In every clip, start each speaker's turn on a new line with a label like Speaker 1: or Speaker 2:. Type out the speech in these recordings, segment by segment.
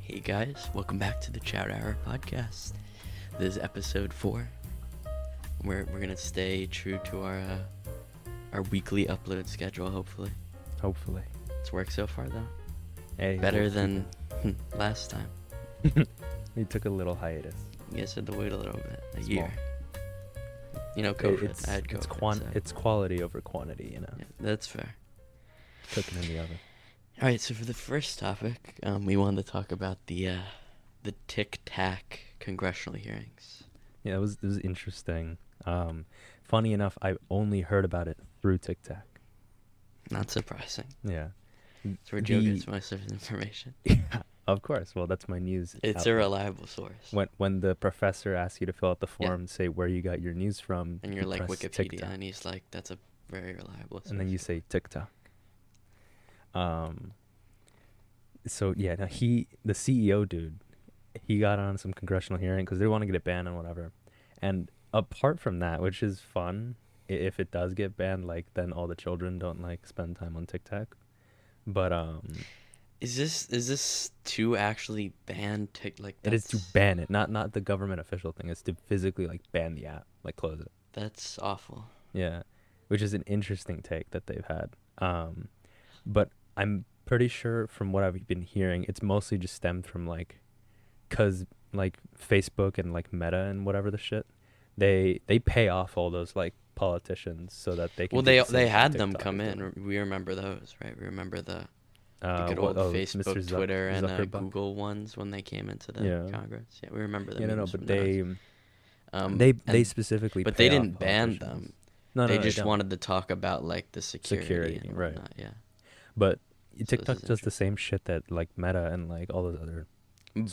Speaker 1: Hey guys, welcome back to the Chat Hour podcast. This is episode four. We're we're gonna stay true to our uh, our weekly upload schedule. Hopefully,
Speaker 2: Hopefully.
Speaker 1: it's worked so far though.
Speaker 2: Hey,
Speaker 1: Better
Speaker 2: we'll
Speaker 1: than last time.
Speaker 2: keep- we took a little hiatus.
Speaker 1: You guys had to wait a little bit, a
Speaker 2: Small.
Speaker 1: year. You know,
Speaker 2: It-
Speaker 1: COVID.
Speaker 2: It's,
Speaker 1: I had COVID.
Speaker 2: it's, quan-
Speaker 1: so-
Speaker 2: it's quality over quantity, you know.
Speaker 1: yeah, that's fair.
Speaker 2: Cooking in the oven.
Speaker 1: All right, so for the first topic, um, we wanted to talk about the uh, the Tic Tac congressional hearings.
Speaker 2: Yeah, it was it was interesting. Um, funny enough, I only heard about it through TikTok.
Speaker 1: Not surprising.
Speaker 2: Yeah.
Speaker 1: It's where Joe
Speaker 2: The-
Speaker 1: gets most of his information.
Speaker 2: of course. Well, that's my news.
Speaker 1: It's a
Speaker 2: outlet.
Speaker 1: reliable source.
Speaker 2: When when the professor asks you to fill out the
Speaker 1: Yeah.
Speaker 2: form, say where you got your news from,
Speaker 1: and
Speaker 2: you
Speaker 1: you're like
Speaker 2: press
Speaker 1: Wikipedia,
Speaker 2: TikTok.
Speaker 1: and he's like, that's a very reliable. Source.
Speaker 2: and then you say TikTok. Um. So yeah, now he, the CEO dude, he got on some congressional hearing because they want to get it banned and whatever. And apart from that, which is fun, i- if it does get banned, like then all the children don't like spend time on TikTok. But um,
Speaker 1: is this is this to actually ban tick like
Speaker 2: it is to
Speaker 1: that's-
Speaker 2: ban it, not not the government official thing. It's to physically like ban the app, like close it.
Speaker 1: That's awful.
Speaker 2: Yeah, which is an interesting take that they've had. Um, but I'm pretty sure from what I've been hearing, it's mostly just stemmed from like, cause like Facebook and like Meta and whatever the shit, they they pay off all those like politicians so that they can.
Speaker 1: Well,
Speaker 2: do
Speaker 1: they
Speaker 2: the same
Speaker 1: they
Speaker 2: thing
Speaker 1: had
Speaker 2: on
Speaker 1: them
Speaker 2: TikTok
Speaker 1: come
Speaker 2: and
Speaker 1: in. We remember those, right? We remember the, the
Speaker 2: stuff. Uh,
Speaker 1: good
Speaker 2: what-
Speaker 1: old
Speaker 2: oh,
Speaker 1: Facebook,
Speaker 2: Mr. Zuck-
Speaker 1: Twitter, and uh,
Speaker 2: Zuckerbuck.
Speaker 1: Google ones when they came into the
Speaker 2: Yeah.
Speaker 1: Congress. Yeah, we remember them.
Speaker 2: Yeah, no, no, but they
Speaker 1: um,
Speaker 2: they they
Speaker 1: and-
Speaker 2: specifically.
Speaker 1: but
Speaker 2: pay
Speaker 1: they
Speaker 2: off
Speaker 1: didn't ban
Speaker 2: politicians.
Speaker 1: them.
Speaker 2: No, no,
Speaker 1: they
Speaker 2: no,
Speaker 1: just
Speaker 2: don't.
Speaker 1: wanted to talk about like the security,
Speaker 2: Security,
Speaker 1: and
Speaker 2: right.
Speaker 1: whatnot, Yeah.
Speaker 2: But
Speaker 1: this
Speaker 2: TikTok
Speaker 1: is
Speaker 2: does the same shit that like Meta and like all those other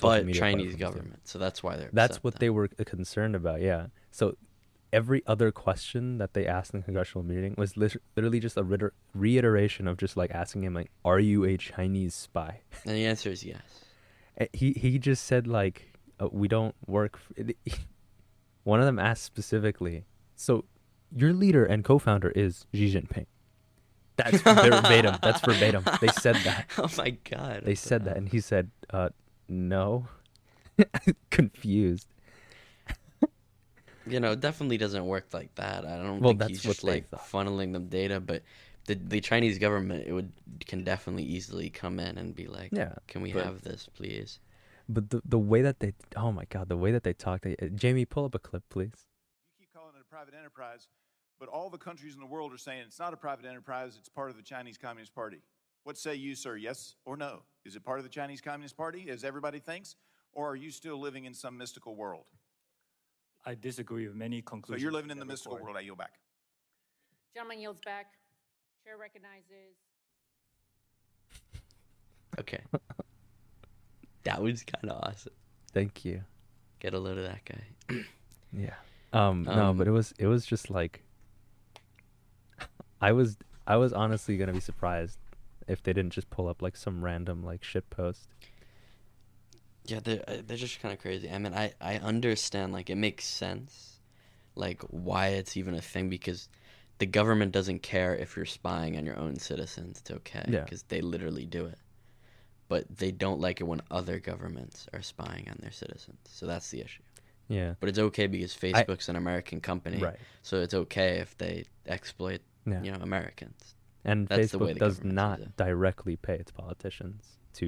Speaker 1: but Chinese
Speaker 2: media platforms, yeah.
Speaker 1: government. So that's why they're.
Speaker 2: That's
Speaker 1: upset
Speaker 2: what
Speaker 1: then.
Speaker 2: they were uh, concerned about. Yeah. So every other question that they asked in the congressional meeting was lit- literally just a reiter- reiteration of just like asking him like, "Are you a Chinese spy?"
Speaker 1: And the answer is yes.
Speaker 2: And He he just said like, uh, "We don't work." F- One of them asked specifically, "So your leader and co-founder is Xi Jinping." That's verbatim. That's verbatim. They said that.
Speaker 1: oh my god.
Speaker 2: They
Speaker 1: what the
Speaker 2: said that,
Speaker 1: hell.
Speaker 2: and he said, uh, "No." Confused.
Speaker 1: You know, it definitely doesn't work like that. I don't
Speaker 2: Well,
Speaker 1: think
Speaker 2: that's
Speaker 1: he's
Speaker 2: what
Speaker 1: just
Speaker 2: they
Speaker 1: like
Speaker 2: thought.
Speaker 1: funneling them data, but the the Chinese government it would can definitely easily come in and be like,
Speaker 2: Yeah,
Speaker 1: can we
Speaker 2: but-
Speaker 1: have this, please?
Speaker 2: But the the way that they oh my god the way that they talk they, uh, Jamie pull up a clip please
Speaker 3: You keep calling it a private enterprise, but all the countries in the world are saying it's not a private enterprise, it's part of the Chinese Communist Party. What say you, sir? Yes or no? Is it part of the Chinese Communist Party, as everybody thinks, or are you still living in some mystical world?
Speaker 4: I disagree with many
Speaker 3: So
Speaker 4: conclusions.
Speaker 3: you're living in the
Speaker 4: that
Speaker 3: mystical
Speaker 4: report.
Speaker 3: world. I yield back.
Speaker 5: Gentleman yields back. Chair recognizes.
Speaker 1: Okay. that was kind of awesome.
Speaker 2: thank you
Speaker 1: Get a load of that guy.
Speaker 2: yeah um, no
Speaker 1: Um,
Speaker 2: but it was it was just like I was I was honestly gonna be surprised if they didn't just pull up like some random like shit post
Speaker 1: Yeah, they're uh, they're just kind of crazy. I mean, I I understand like it makes sense, like why it's even a thing because the government doesn't care if you're spying on your own citizens. It's okay
Speaker 2: Yeah.
Speaker 1: because they literally do it, but they don't like it when other governments are spying on their citizens. So that's the issue.
Speaker 2: yeah
Speaker 1: But it's okay because Facebook's an American company,
Speaker 2: Right.
Speaker 1: so it's okay if they exploit
Speaker 2: Yeah.
Speaker 1: you know Americans.
Speaker 2: and
Speaker 1: That's the way
Speaker 2: Facebook
Speaker 1: the
Speaker 2: does
Speaker 1: government sees
Speaker 2: not
Speaker 1: it.
Speaker 2: directly pay its politicians to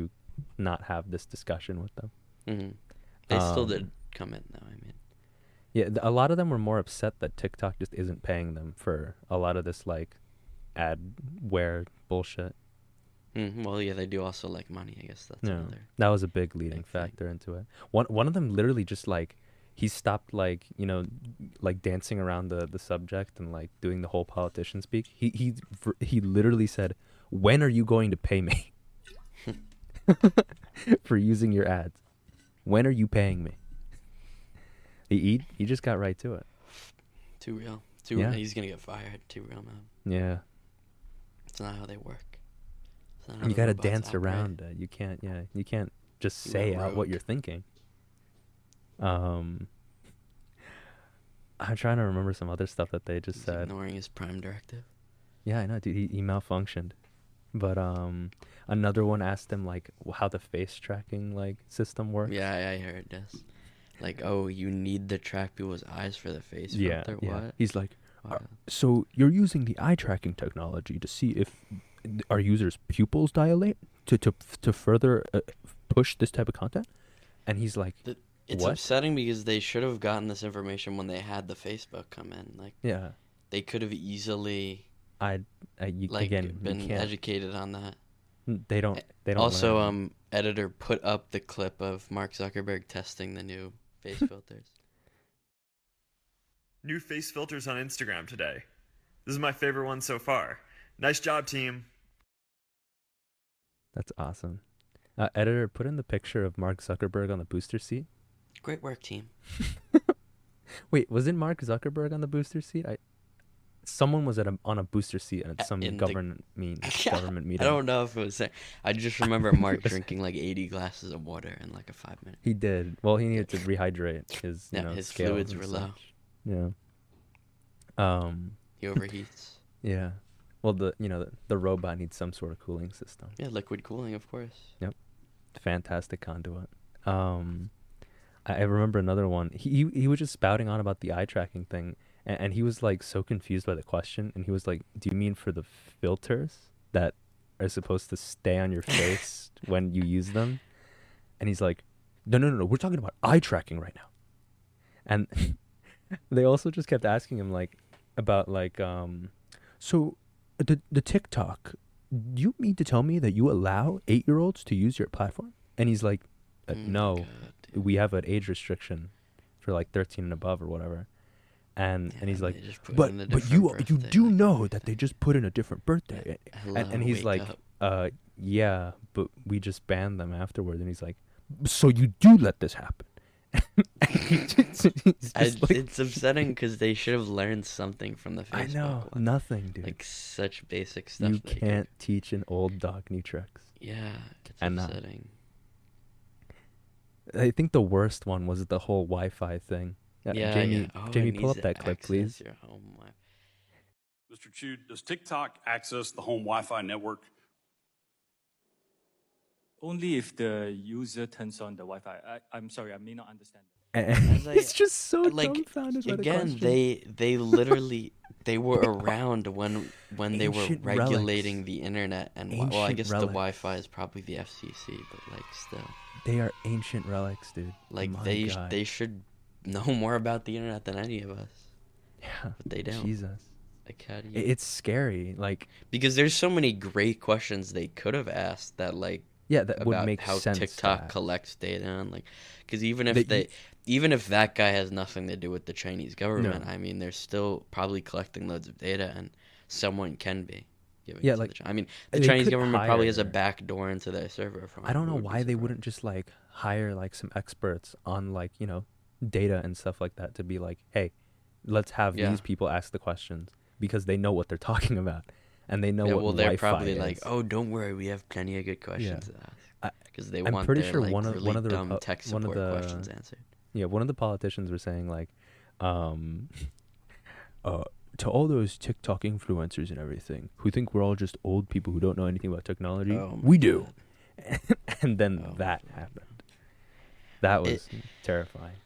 Speaker 2: not have this discussion with them
Speaker 1: hmm They still
Speaker 2: Um,
Speaker 1: did come in though. I mean,
Speaker 2: Yeah, th- a lot of them were more upset that TikTok just isn't paying them for a lot of this like adware bullshit.
Speaker 1: Mhm, well, yeah, they do also like money. I guess that's
Speaker 2: No,
Speaker 1: another.
Speaker 2: that was a big leading
Speaker 1: big thing.
Speaker 2: factor into it. One one of them literally just like he stopped like you know like dancing around the the subject and like doing the whole politician speak. He he ver- he literally said, "When are you going to pay me for using your ads? When are you paying me?" He he, he just got right to it.
Speaker 1: Too real. Too
Speaker 2: Yeah.
Speaker 1: He's gonna get fired. Too real, man.
Speaker 2: Yeah.
Speaker 1: It's not how they work. It's not how
Speaker 2: you
Speaker 1: the
Speaker 2: gotta
Speaker 1: robots
Speaker 2: dance
Speaker 1: operate.
Speaker 2: around it. You can't. Yeah, you can't just
Speaker 1: You
Speaker 2: say
Speaker 1: went
Speaker 2: out what
Speaker 1: rogue.
Speaker 2: you're thinking. Um, I'm trying to remember some other stuff that they just
Speaker 1: He's
Speaker 2: said.
Speaker 1: ignoring his prime directive.
Speaker 2: Yeah, I know, dude. He, he malfunctioned, But um, another one asked them like w- how the face tracking like system works.
Speaker 1: Yeah, I, I heard this. Like, oh, you need to track people's eyes for the face
Speaker 2: yeah,
Speaker 1: filter.
Speaker 2: yeah.
Speaker 1: What?
Speaker 2: He's like,
Speaker 1: Wow.
Speaker 2: so you're using the eye tracking technology to see if th- our users' pupils dilate to to to further uh, push this type of content. And he's like,
Speaker 1: Th- It's
Speaker 2: What?
Speaker 1: upsetting because they should have gotten this information when they had the Facebook come in. Like,
Speaker 2: yeah,
Speaker 1: they could have easily
Speaker 2: I, I Uh, you,
Speaker 1: like
Speaker 2: again, you
Speaker 1: been
Speaker 2: can't.
Speaker 1: educated on that.
Speaker 2: they don't. They don't.
Speaker 1: also,
Speaker 2: learn.
Speaker 1: um, editor put up the clip of Mark Zuckerberg testing the new face filters.
Speaker 6: New face filters on Instagram today. This is my favorite one so far. Nice job, team.
Speaker 2: That's awesome. Uh, editor, put in the picture of Mark Zuckerberg on the booster seat.
Speaker 1: Great work, team.
Speaker 2: Wait, wasn't Mark Zuckerberg on the booster seat? I someone was at a, on a booster seat
Speaker 1: Uh,
Speaker 2: at some
Speaker 1: in the-
Speaker 2: government mean government meeting.
Speaker 1: I don't know if it was. There. I just remember Mark drinking like 80 glasses of water in like a five minute.
Speaker 2: He did. Well, he needed to rehydrate his you
Speaker 1: Yeah,
Speaker 2: know,
Speaker 1: his
Speaker 2: scales
Speaker 1: fluids
Speaker 2: and
Speaker 1: were
Speaker 2: stuff. Yeah. Um.
Speaker 1: He overheats.
Speaker 2: Yeah. Well, the you know the, the robot needs some sort of cooling system.
Speaker 1: yeah, liquid cooling, of course.
Speaker 2: fantastic conduit. Um, I, I remember another one. He, he he was just spouting on about the eye tracking thing, and, and he was like so confused by the question, and he was like, "Do you mean for the filters that are supposed to stay on your face when you use them?" And he's like, "No, no, no, no. We're talking about eye tracking right now." And they also just kept asking him like about like um, so the the TikTok you mean to tell me that you allow eight year olds to use your platform? And he's like, uh,
Speaker 1: Oh my
Speaker 2: no,
Speaker 1: God, dude.
Speaker 2: we have an age restriction for like 13 and above or whatever. And,
Speaker 1: Yeah,
Speaker 2: and he's
Speaker 1: they
Speaker 2: like,
Speaker 1: just put
Speaker 2: but
Speaker 1: in a
Speaker 2: but
Speaker 1: different
Speaker 2: you you
Speaker 1: birthday,
Speaker 2: do
Speaker 1: like,
Speaker 2: know that they just put in a different birthday,
Speaker 1: Hello,
Speaker 2: and, and he's
Speaker 1: wake
Speaker 2: like,
Speaker 1: up.
Speaker 2: uh, yeah, but we just banned them afterwards. And he's like, so you do let this happen. He's just
Speaker 1: I,
Speaker 2: like,
Speaker 1: it's upsetting because they should have learned something from the Facebook.
Speaker 2: I know
Speaker 1: one.
Speaker 2: nothing, dude.
Speaker 1: Like such basic stuff.
Speaker 2: you
Speaker 1: they could-
Speaker 2: can't teach an old dog new tricks.
Speaker 1: Yeah, it's
Speaker 2: And, uh,
Speaker 1: upsetting.
Speaker 2: I think the worst one was the whole Wi-Fi thing. Uh,
Speaker 1: yeah,
Speaker 2: Jamie,
Speaker 1: yeah. Oh, it
Speaker 2: Jamii, pull
Speaker 1: needs
Speaker 2: up
Speaker 1: to
Speaker 2: that clip,
Speaker 1: access
Speaker 2: please.
Speaker 1: your home Wi-
Speaker 7: Mr. Chu, does TikTok access the home Wi Fi network?
Speaker 4: Only if the user turns on the Wi-Fi. I, I'm sorry, I may not understand.
Speaker 2: And
Speaker 1: As I-
Speaker 2: it's just so
Speaker 1: But, like
Speaker 2: dumbfounded by the
Speaker 1: again,
Speaker 2: question.
Speaker 1: they they literally they were around when when they were
Speaker 2: Ancient relics.
Speaker 1: regulating the internet and wi- well, I
Speaker 2: Ancient
Speaker 1: guess the
Speaker 2: relics.
Speaker 1: Wi-Fi is probably the FCC, but like still,
Speaker 2: they are ancient relics, dude.
Speaker 1: like
Speaker 2: My
Speaker 1: they
Speaker 2: God.
Speaker 1: they should know more about the internet than any of us.
Speaker 2: yeah.
Speaker 1: but they don't.
Speaker 2: Jesus,
Speaker 1: Like how do
Speaker 2: I-
Speaker 1: you?
Speaker 2: it's scary. Like
Speaker 1: because there's so many great questions they could have asked that like
Speaker 2: yeah, that
Speaker 1: about
Speaker 2: would make
Speaker 1: how
Speaker 2: sense. to
Speaker 1: TikTok
Speaker 2: ask.
Speaker 1: collects data and like because even if
Speaker 2: That
Speaker 1: they
Speaker 2: you-
Speaker 1: even if that guy has nothing to do with the Chinese government, I mean they're still probably collecting loads of data and someone can be giving
Speaker 2: Yeah,
Speaker 1: it to the
Speaker 2: like,
Speaker 1: Chi- I mean the
Speaker 2: they
Speaker 1: Chinese
Speaker 2: could
Speaker 1: government probably has a
Speaker 2: hire-
Speaker 1: back door into their server from
Speaker 2: I don't know
Speaker 1: would be
Speaker 2: why they
Speaker 1: surprised.
Speaker 2: wouldn't just like hire like some experts on like you know data and stuff like that to be like, hey, let's have
Speaker 1: Yeah.
Speaker 2: these people ask the questions because they know what they're talking about and they know
Speaker 1: yeah,
Speaker 2: what
Speaker 1: well they're
Speaker 2: Wi-Fi
Speaker 1: probably
Speaker 2: is.
Speaker 1: like oh don't worry we have plenty of good questions
Speaker 2: I-
Speaker 1: because they
Speaker 2: I'm
Speaker 1: want
Speaker 2: pretty
Speaker 1: their
Speaker 2: sure
Speaker 1: like
Speaker 2: one of-
Speaker 1: really
Speaker 2: one of the
Speaker 1: dumb
Speaker 2: Repu-
Speaker 1: tech
Speaker 2: one
Speaker 1: support
Speaker 2: of the-
Speaker 1: questions answered
Speaker 2: Yeah, one of the politicians were saying like, um, uh, to all those TikTok influencers and everything who think we're all just old people who don't know anything about technology,
Speaker 1: Oh my
Speaker 2: we do. and then
Speaker 1: Oh my
Speaker 2: that happened. That
Speaker 1: It-
Speaker 2: was terrifying.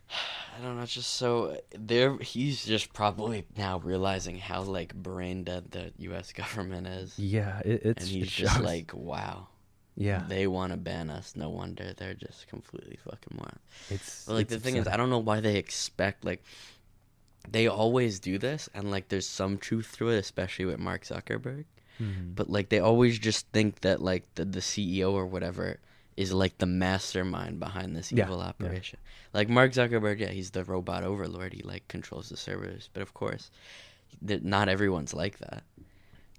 Speaker 1: I don't know, it's just so there. He's just probably now realizing how like brain dead the U.S. government is,
Speaker 2: Yeah, it, it's
Speaker 1: and
Speaker 2: it
Speaker 1: he's just
Speaker 2: shows.
Speaker 1: like, wow,
Speaker 2: yeah,
Speaker 1: they want to ban us. No wonder they're just completely fucking wild.
Speaker 2: it's
Speaker 1: But like
Speaker 2: it's
Speaker 1: the thing is, I
Speaker 2: upsetting.
Speaker 1: don't know why they expect like they always do this, and like there's some truth through it, especially with Mark Zuckerberg.
Speaker 2: Mhm.
Speaker 1: But like they always just think that like the, the CEO or whatever is like the mastermind behind this
Speaker 2: Yeah,
Speaker 1: evil
Speaker 2: yeah.
Speaker 1: operation. Like Mark Zuckerberg, yeah, he's the robot overlord. He like controls the servers, but of course, th- not everyone's like that.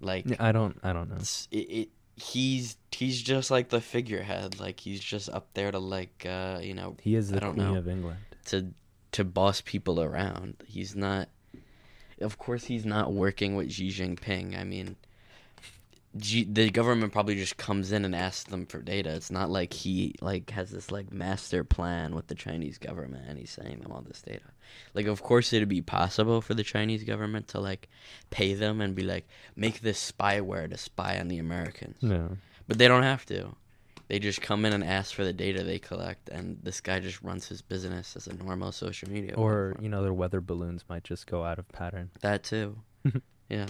Speaker 1: Like
Speaker 2: Yeah, I don't, I don't know.
Speaker 1: it's- it, it he's he's just like the figurehead. Like he's just up there to like uh you know
Speaker 2: He is
Speaker 1: I
Speaker 2: the
Speaker 1: don't
Speaker 2: queen
Speaker 1: know.
Speaker 2: of England.
Speaker 1: to to boss people around. He's not of course he's not working with Xi Jinping. I mean G- the government probably just comes in and asks them for data. It's not like he like has this like master plan with the Chinese government and he's sending them all this data. Like of course it'd be possible for the Chinese government to like pay them and be like make this spyware to spy on the Americans.
Speaker 2: No.
Speaker 1: But they don't have to. They just come in and ask for the data they collect and this guy just runs his business as a normal social media
Speaker 2: Or
Speaker 1: platform.
Speaker 2: you know, their weather balloons might just go out of pattern.
Speaker 1: that too. yeah.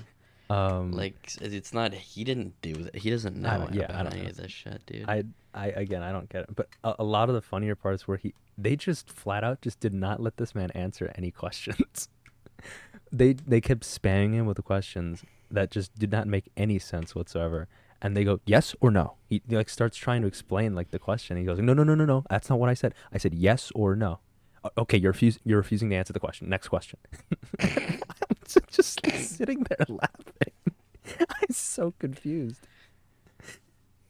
Speaker 2: Um,
Speaker 1: Like s- it's not he didn't do that. He doesn't know
Speaker 2: I don't- yeah, I
Speaker 1: about
Speaker 2: don't
Speaker 1: any
Speaker 2: know.
Speaker 1: of this shit, dude.
Speaker 2: I, I again, I don't get it. But a, a lot of the funnier parts where he, they just flat out just did not let this man answer any questions. they they kept spamming him with questions that just did not make any sense whatsoever. And they go yes or no. He, he, like starts trying to explain like the question. He goes no no no no no. That's not what I said. I said yes or no. "O- Okay, you're refusing. You're refusing to answer the question. Next question. I'm ju- just sitting there laughing. I'm so confused.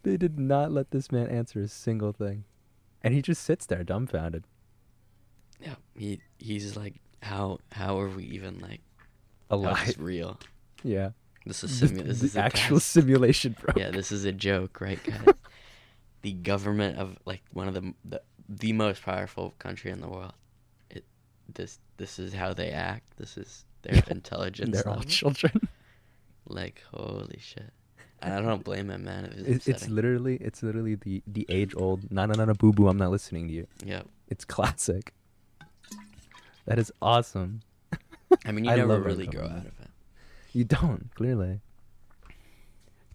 Speaker 2: They did not let this man answer a single thing. And he just sits there dumbfounded.
Speaker 1: Yeah, he he's like, how how are we even like? How is
Speaker 2: Alive.
Speaker 1: this real?
Speaker 2: Yeah.
Speaker 1: This is simu- this
Speaker 2: the
Speaker 1: is a
Speaker 2: actual
Speaker 1: test.
Speaker 2: simulation, bro.
Speaker 1: Yeah, this is a joke, right, guys? the government of like one of the, the the most powerful country in the world. It this this is how they act. This is their intelligence.
Speaker 2: They're all
Speaker 1: level.
Speaker 2: children.
Speaker 1: Like holy shit. And I don't blame him, man. It was
Speaker 2: It, it's
Speaker 1: upsetting.
Speaker 2: literally it's literally the the age old no no no no boo boo I'm not listening to you.
Speaker 1: yeah.
Speaker 2: It's classic. That is awesome.
Speaker 1: I mean, you
Speaker 2: I
Speaker 1: never
Speaker 2: love our
Speaker 1: really grow out of
Speaker 2: government.
Speaker 1: it.
Speaker 2: You don't clearly.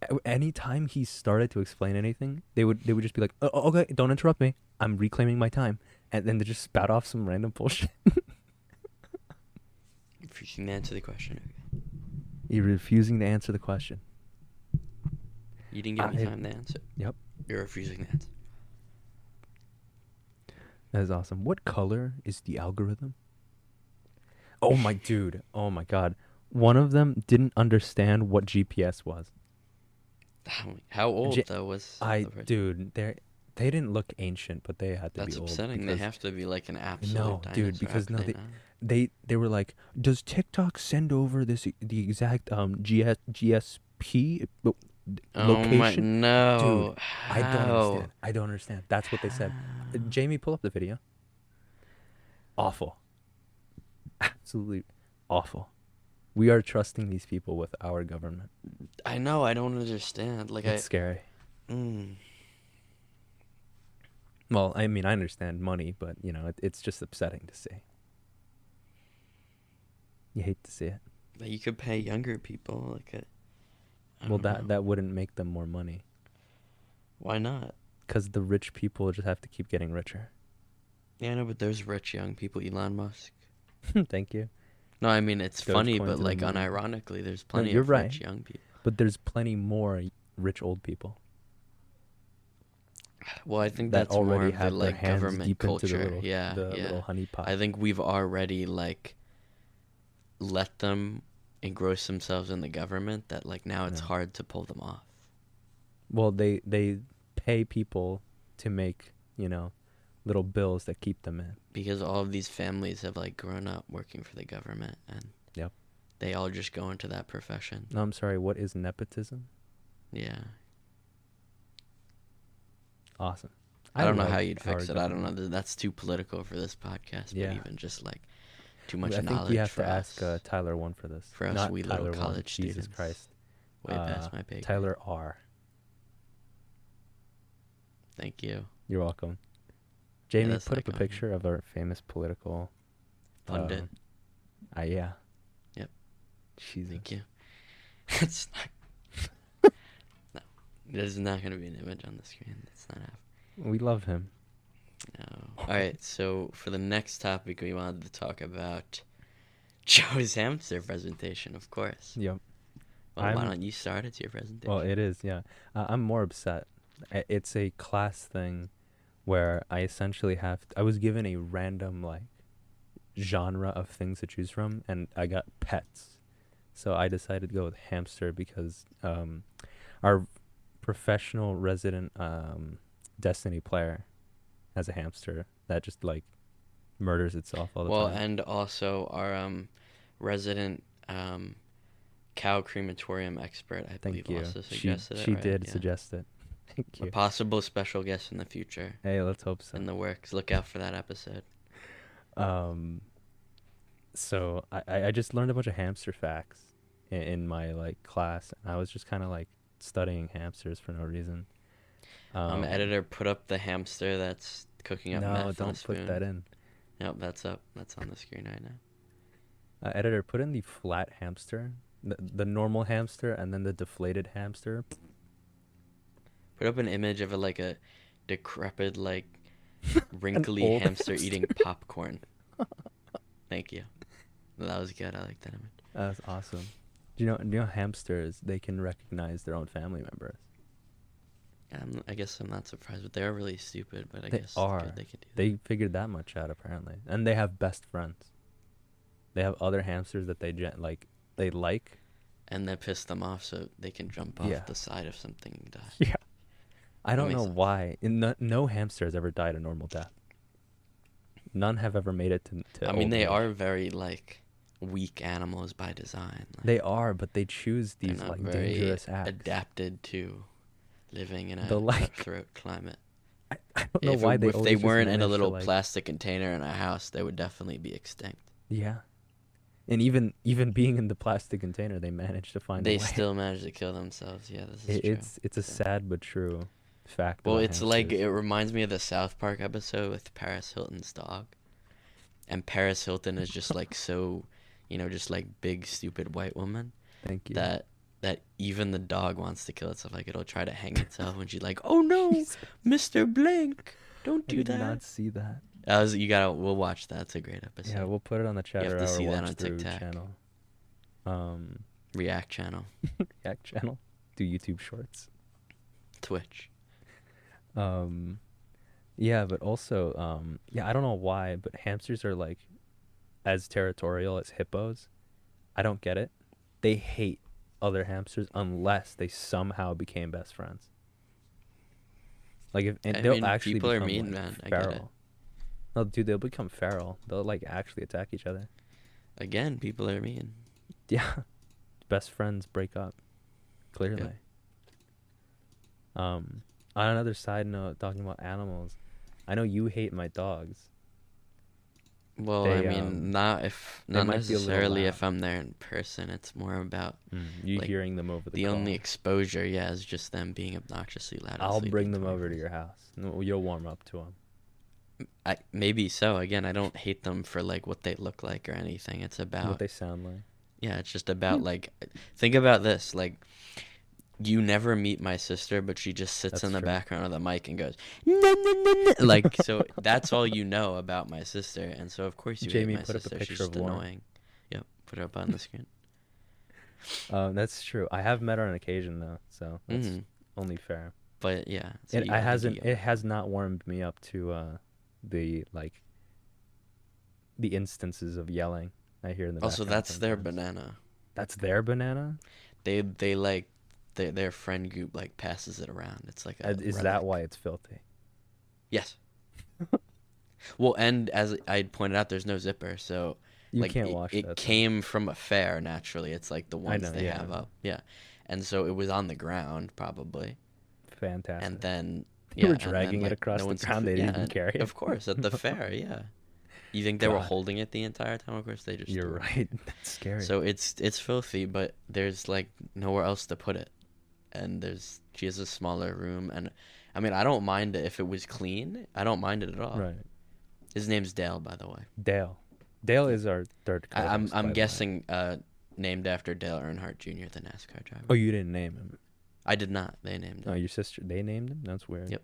Speaker 2: A- Anytime he started to explain anything, they would they would just be like, oh, oh, "Okay, don't interrupt me. I'm reclaiming my time," and then they just spout off some random bullshit.
Speaker 1: If you can answer the question, okay.
Speaker 2: You're refusing to answer the question.
Speaker 1: you didn't give me
Speaker 2: I-
Speaker 1: time to answer.
Speaker 2: Yep,
Speaker 1: You're refusing to answer.
Speaker 2: that is awesome. What color is the algorithm? Oh my dude! Oh my god! One of them didn't understand what GPS was.
Speaker 1: How, how old
Speaker 2: J-
Speaker 1: though was
Speaker 2: I
Speaker 1: the person?
Speaker 2: dude, they they didn't look ancient, but they had to
Speaker 1: That's
Speaker 2: be old.
Speaker 1: upsetting. They
Speaker 2: because-
Speaker 1: have to be like an absolute
Speaker 2: No, dude,
Speaker 1: dinosaur. How
Speaker 2: because
Speaker 1: could
Speaker 2: no,
Speaker 1: they
Speaker 2: they,
Speaker 1: not?
Speaker 2: they they were like, does TikTok send over this e, the exact um GS, GSP lo-
Speaker 1: oh my
Speaker 2: uh, location?
Speaker 1: no,
Speaker 2: Dude, I don't
Speaker 1: How?
Speaker 2: understand. I don't understand. That's what they said. Uh, Jamie, pull up the video. Awful. Absolutely awful. We are trusting these people with our government.
Speaker 1: I know. I don't understand. Like
Speaker 2: It's scary.
Speaker 1: I, mm,
Speaker 2: Well, I mean, I understand money, but you know, it, it's just upsetting to see. You hate to see it.
Speaker 1: but you could pay younger people. Like, a, I
Speaker 2: Well,
Speaker 1: don't
Speaker 2: that
Speaker 1: know.
Speaker 2: that wouldn't make them more money.
Speaker 1: why not?
Speaker 2: because the rich people just have to keep getting richer.
Speaker 1: Yeah, I know, but there's rich young people. Elon Musk.
Speaker 2: Thank you.
Speaker 1: No, I mean it's funny,
Speaker 2: Dogecoin to
Speaker 1: but
Speaker 2: the
Speaker 1: like
Speaker 2: moon.
Speaker 1: unironically, there's plenty
Speaker 2: you're
Speaker 1: of
Speaker 2: right.
Speaker 1: rich young people.
Speaker 2: But there's plenty more rich old people.
Speaker 1: Well, I think
Speaker 2: That
Speaker 1: that's more
Speaker 2: already
Speaker 1: of the
Speaker 2: have their
Speaker 1: like
Speaker 2: hands
Speaker 1: government
Speaker 2: deep into
Speaker 1: culture.
Speaker 2: the little-
Speaker 1: yeah,
Speaker 2: the
Speaker 1: yeah.
Speaker 2: little honey pot.
Speaker 1: I think we've already like let them engross themselves in the government that like now it's
Speaker 2: Yeah.
Speaker 1: hard to pull them off.
Speaker 2: Well, they they pay people to make you know little bills that keep them in.
Speaker 1: because all of these families have like grown up working for the government and
Speaker 2: Yep.
Speaker 1: they all just go into that profession.
Speaker 2: No, I'm sorry. What is nepotism?
Speaker 1: Yeah.
Speaker 2: Awesome.
Speaker 1: I, don't know
Speaker 2: love
Speaker 1: how you'd
Speaker 2: our
Speaker 1: fix it. I don't know.
Speaker 2: government.
Speaker 1: Th- That's too political for this podcast,
Speaker 2: Yeah.
Speaker 1: but even just like too much
Speaker 2: I
Speaker 1: knowledge
Speaker 2: think we have
Speaker 1: for
Speaker 2: to
Speaker 1: us.
Speaker 2: ask uh, Tyler one for this.
Speaker 1: For us,
Speaker 2: Not
Speaker 1: we little
Speaker 2: Tyler one,
Speaker 1: college
Speaker 2: Jesus
Speaker 1: students.
Speaker 2: Christ.
Speaker 1: Way past
Speaker 2: Uh,
Speaker 1: my pay. grade.
Speaker 2: Tyler R.
Speaker 1: Thank you.
Speaker 2: You're welcome. Jamie,
Speaker 1: that's
Speaker 2: put
Speaker 1: not
Speaker 2: up a
Speaker 1: going.
Speaker 2: picture of our famous political
Speaker 1: Pundit.
Speaker 2: Um, Ah, yeah.
Speaker 1: Yep.
Speaker 2: Jesus.
Speaker 1: Thank you. That's not. no. There's not going to be an image on the screen. That's not happening.
Speaker 2: We love him.
Speaker 1: No. All right. So for the next topic, we wanted to talk about Joe's hamster presentation, of course.
Speaker 2: Yep.
Speaker 1: Well, why
Speaker 2: I'm-
Speaker 1: don't you start it to your presentation?
Speaker 2: Well, it is. Yeah. Uh, I'm more upset. I- It's a class thing where I essentially have. I was given a random like genre of things to choose from, and I got pets. So I decided to go with hamster because um, our professional resident um, Destiny player has a hamster that just like murders itself all the
Speaker 1: well,
Speaker 2: time.
Speaker 1: and also our um, resident um, cow crematorium expert, I
Speaker 2: Thank
Speaker 1: believe,
Speaker 2: you.
Speaker 1: also
Speaker 2: She,
Speaker 1: suggested it.
Speaker 2: she
Speaker 1: right?
Speaker 2: did
Speaker 1: Yeah.
Speaker 2: suggest it. Thank
Speaker 1: A
Speaker 2: you.
Speaker 1: possible special guest in the future
Speaker 2: Hey, let's hope so.
Speaker 1: in the works. Look out for that episode.
Speaker 2: Um, so I- I, I just learned a bunch of hamster facts in, in my like class, and I was just kind of like studying hamsters for no reason.
Speaker 1: Um, editor, put up the hamster that's cooking up meth
Speaker 2: no,
Speaker 1: on a
Speaker 2: don't put
Speaker 1: spoon.
Speaker 2: that in.
Speaker 1: Nope, that's up. That's on the screen right now.
Speaker 2: Uh, editor, put in the flat hamster, the, the normal hamster, and then the deflated hamster.
Speaker 1: Put up an image of a, like a decrepit, like wrinkly
Speaker 2: old
Speaker 1: hamster,
Speaker 2: hamster.
Speaker 1: eating popcorn. Thank you. That was good. I like that image.
Speaker 2: That's awesome. Do you know? Do you know hamsters? They can recognize their own family members.
Speaker 1: Um, I guess I'm not surprised, but they're really stupid. But I
Speaker 2: they
Speaker 1: guess it's
Speaker 2: are.
Speaker 1: good they can do that.
Speaker 2: They figured that much out apparently, and they have best friends. They have other hamsters that they gen- like. They like.
Speaker 1: and that pissed them off, so they can jump off
Speaker 2: Yeah.
Speaker 1: the side of something and die.
Speaker 2: Yeah. I don't
Speaker 1: makes
Speaker 2: know
Speaker 1: sense.
Speaker 2: why. In no, no hamster has ever died a normal death. None have ever made it to. to
Speaker 1: I mean,
Speaker 2: old
Speaker 1: they
Speaker 2: age.
Speaker 1: are very like weak animals by design. Like,
Speaker 2: They are, but they choose
Speaker 1: they're
Speaker 2: these like dangerous acts.
Speaker 1: adapted to living in a
Speaker 2: The, like-
Speaker 1: cutthroat climate.
Speaker 2: I, I don't know
Speaker 1: If,
Speaker 2: why
Speaker 1: it-
Speaker 2: they.
Speaker 1: if
Speaker 2: always
Speaker 1: they
Speaker 2: just
Speaker 1: weren't in
Speaker 2: manage
Speaker 1: a
Speaker 2: to,
Speaker 1: little
Speaker 2: like-
Speaker 1: plastic container in a house, they would definitely be extinct.
Speaker 2: Yeah. And even even being in the plastic container, they managed to find. a
Speaker 1: They
Speaker 2: way.
Speaker 1: still manage to kill themselves. Yeah, this is
Speaker 2: It-
Speaker 1: true.
Speaker 2: it's it's a sad but true fact.
Speaker 1: Well,
Speaker 2: about
Speaker 1: it's like
Speaker 2: hamsters.
Speaker 1: it reminds me of the South Park episode with Paris Hilton's dog. And Paris Hilton is just like so, you know, just like big stupid white woman
Speaker 2: Thank you.
Speaker 1: that that even the dog wants to kill itself. Like it'll try to hang itself and she's like, "Oh no, Mr. Blank, don't
Speaker 2: I
Speaker 1: do
Speaker 2: did
Speaker 1: that."
Speaker 2: not see that.
Speaker 1: That was, you got to we'll watch that. It's a great episode.
Speaker 2: Yeah, we'll put it on the
Speaker 1: have
Speaker 2: chatter
Speaker 1: to
Speaker 2: hour
Speaker 1: see that
Speaker 2: watch
Speaker 1: on
Speaker 2: through
Speaker 1: TikTok.
Speaker 2: channel. Um,
Speaker 1: React channel,
Speaker 2: React channel. Do YouTube Shorts.
Speaker 1: Twitch.
Speaker 2: Um, yeah, but also, um, yeah, I don't know why, but hamsters are like as territorial as hippos. I don't get it. They hate other hamsters unless they somehow became best friends. Like if and
Speaker 1: I
Speaker 2: they'll
Speaker 1: mean,
Speaker 2: actually
Speaker 1: people are
Speaker 2: become,
Speaker 1: mean,
Speaker 2: like,
Speaker 1: man. I get it.
Speaker 2: Feral. No, dude, they'll become feral. They'll like actually attack each other.
Speaker 1: Again, people are mean.
Speaker 2: Yeah. Best friends break up. Clearly. Um on another side note, talking about animals, I know you hate my dogs.
Speaker 1: Well, I
Speaker 2: They,
Speaker 1: mean,
Speaker 2: um,
Speaker 1: not if
Speaker 2: they
Speaker 1: not
Speaker 2: might be a little
Speaker 1: necessarily
Speaker 2: loud.
Speaker 1: if I'm there in person. It's more about
Speaker 2: you
Speaker 1: Mm, Like,
Speaker 2: hearing them over the
Speaker 1: the
Speaker 2: call.
Speaker 1: only exposure, yeah, is just them being obnoxiously loud. and
Speaker 2: uh, I'll
Speaker 1: sleepy
Speaker 2: bring them
Speaker 1: 24.
Speaker 2: over to your house. No, You'll warm up to them.
Speaker 1: I, maybe so. Again, I don't hate them for like what they look like or anything. It's
Speaker 2: What
Speaker 1: about
Speaker 2: they Hmm. sound like.
Speaker 1: yeah, it's just about like think about this like. You never meet my sister, but she just sits
Speaker 2: That's
Speaker 1: in the
Speaker 2: true.
Speaker 1: background of the mic and goes, "No, no, no, no," like so. That's all you know about my sister, and so of course you
Speaker 2: Jamie,
Speaker 1: hate my
Speaker 2: put up a
Speaker 1: sister.
Speaker 2: picture
Speaker 1: She's just
Speaker 2: of Lauren.
Speaker 1: annoying. Yep, put her up on the screen.
Speaker 2: Um, that's true. I have met her on occasion though, so that's
Speaker 1: Mhm.
Speaker 2: only fair.
Speaker 1: But yeah, so
Speaker 2: It
Speaker 1: you-
Speaker 2: I
Speaker 1: think
Speaker 2: hasn't
Speaker 1: you-
Speaker 2: it has not warmed me up to uh the like the instances of yelling I hear in the
Speaker 1: Also,
Speaker 2: background
Speaker 1: Oh, that's their
Speaker 2: sometimes.
Speaker 1: banana.
Speaker 2: That's their banana?
Speaker 1: They they like their their friend group like passes it around. It's like a
Speaker 2: Uh, Is that
Speaker 1: relic.
Speaker 2: why it's filthy?
Speaker 1: Yes. well, and as I had pointed out, there's no zipper, so
Speaker 2: You
Speaker 1: like
Speaker 2: can't
Speaker 1: it,
Speaker 2: wash
Speaker 1: it
Speaker 2: that. thing.
Speaker 1: came from a fair naturally. It's like the ones
Speaker 2: know,
Speaker 1: they
Speaker 2: yeah, I
Speaker 1: have
Speaker 2: know.
Speaker 1: up, yeah. And so it was on the ground probably,
Speaker 2: Fantastic.
Speaker 1: and then
Speaker 2: They
Speaker 1: yeah,
Speaker 2: were
Speaker 1: and then,
Speaker 2: dragging it
Speaker 1: like,
Speaker 2: across
Speaker 1: no
Speaker 2: the
Speaker 1: one's
Speaker 2: ground,
Speaker 1: fr-
Speaker 2: they didn't
Speaker 1: yeah,
Speaker 2: even carry it.
Speaker 1: Of course, at the fair, yeah. You think they were
Speaker 2: God.
Speaker 1: holding it the entire time? Of course, they just
Speaker 2: You're
Speaker 1: threw it.
Speaker 2: right. That's scary.
Speaker 1: So it's it's filthy, but there's like nowhere else to put it, and there's she has a smaller room, and I mean I don't mind it if it was clean. I don't mind it at all.
Speaker 2: right.
Speaker 1: His name's Dale, by the way.
Speaker 2: Dale. Dale is our third.
Speaker 1: I, I'm
Speaker 2: co-host, by the
Speaker 1: I'm
Speaker 2: way.
Speaker 1: guessing uh, named after Dale Earnhardt Jr., the NASCAR driver.
Speaker 2: Oh, you didn't name him.
Speaker 1: I did not. They named
Speaker 2: No,
Speaker 1: him.
Speaker 2: your sister. They named him. That's weird.
Speaker 1: Yep.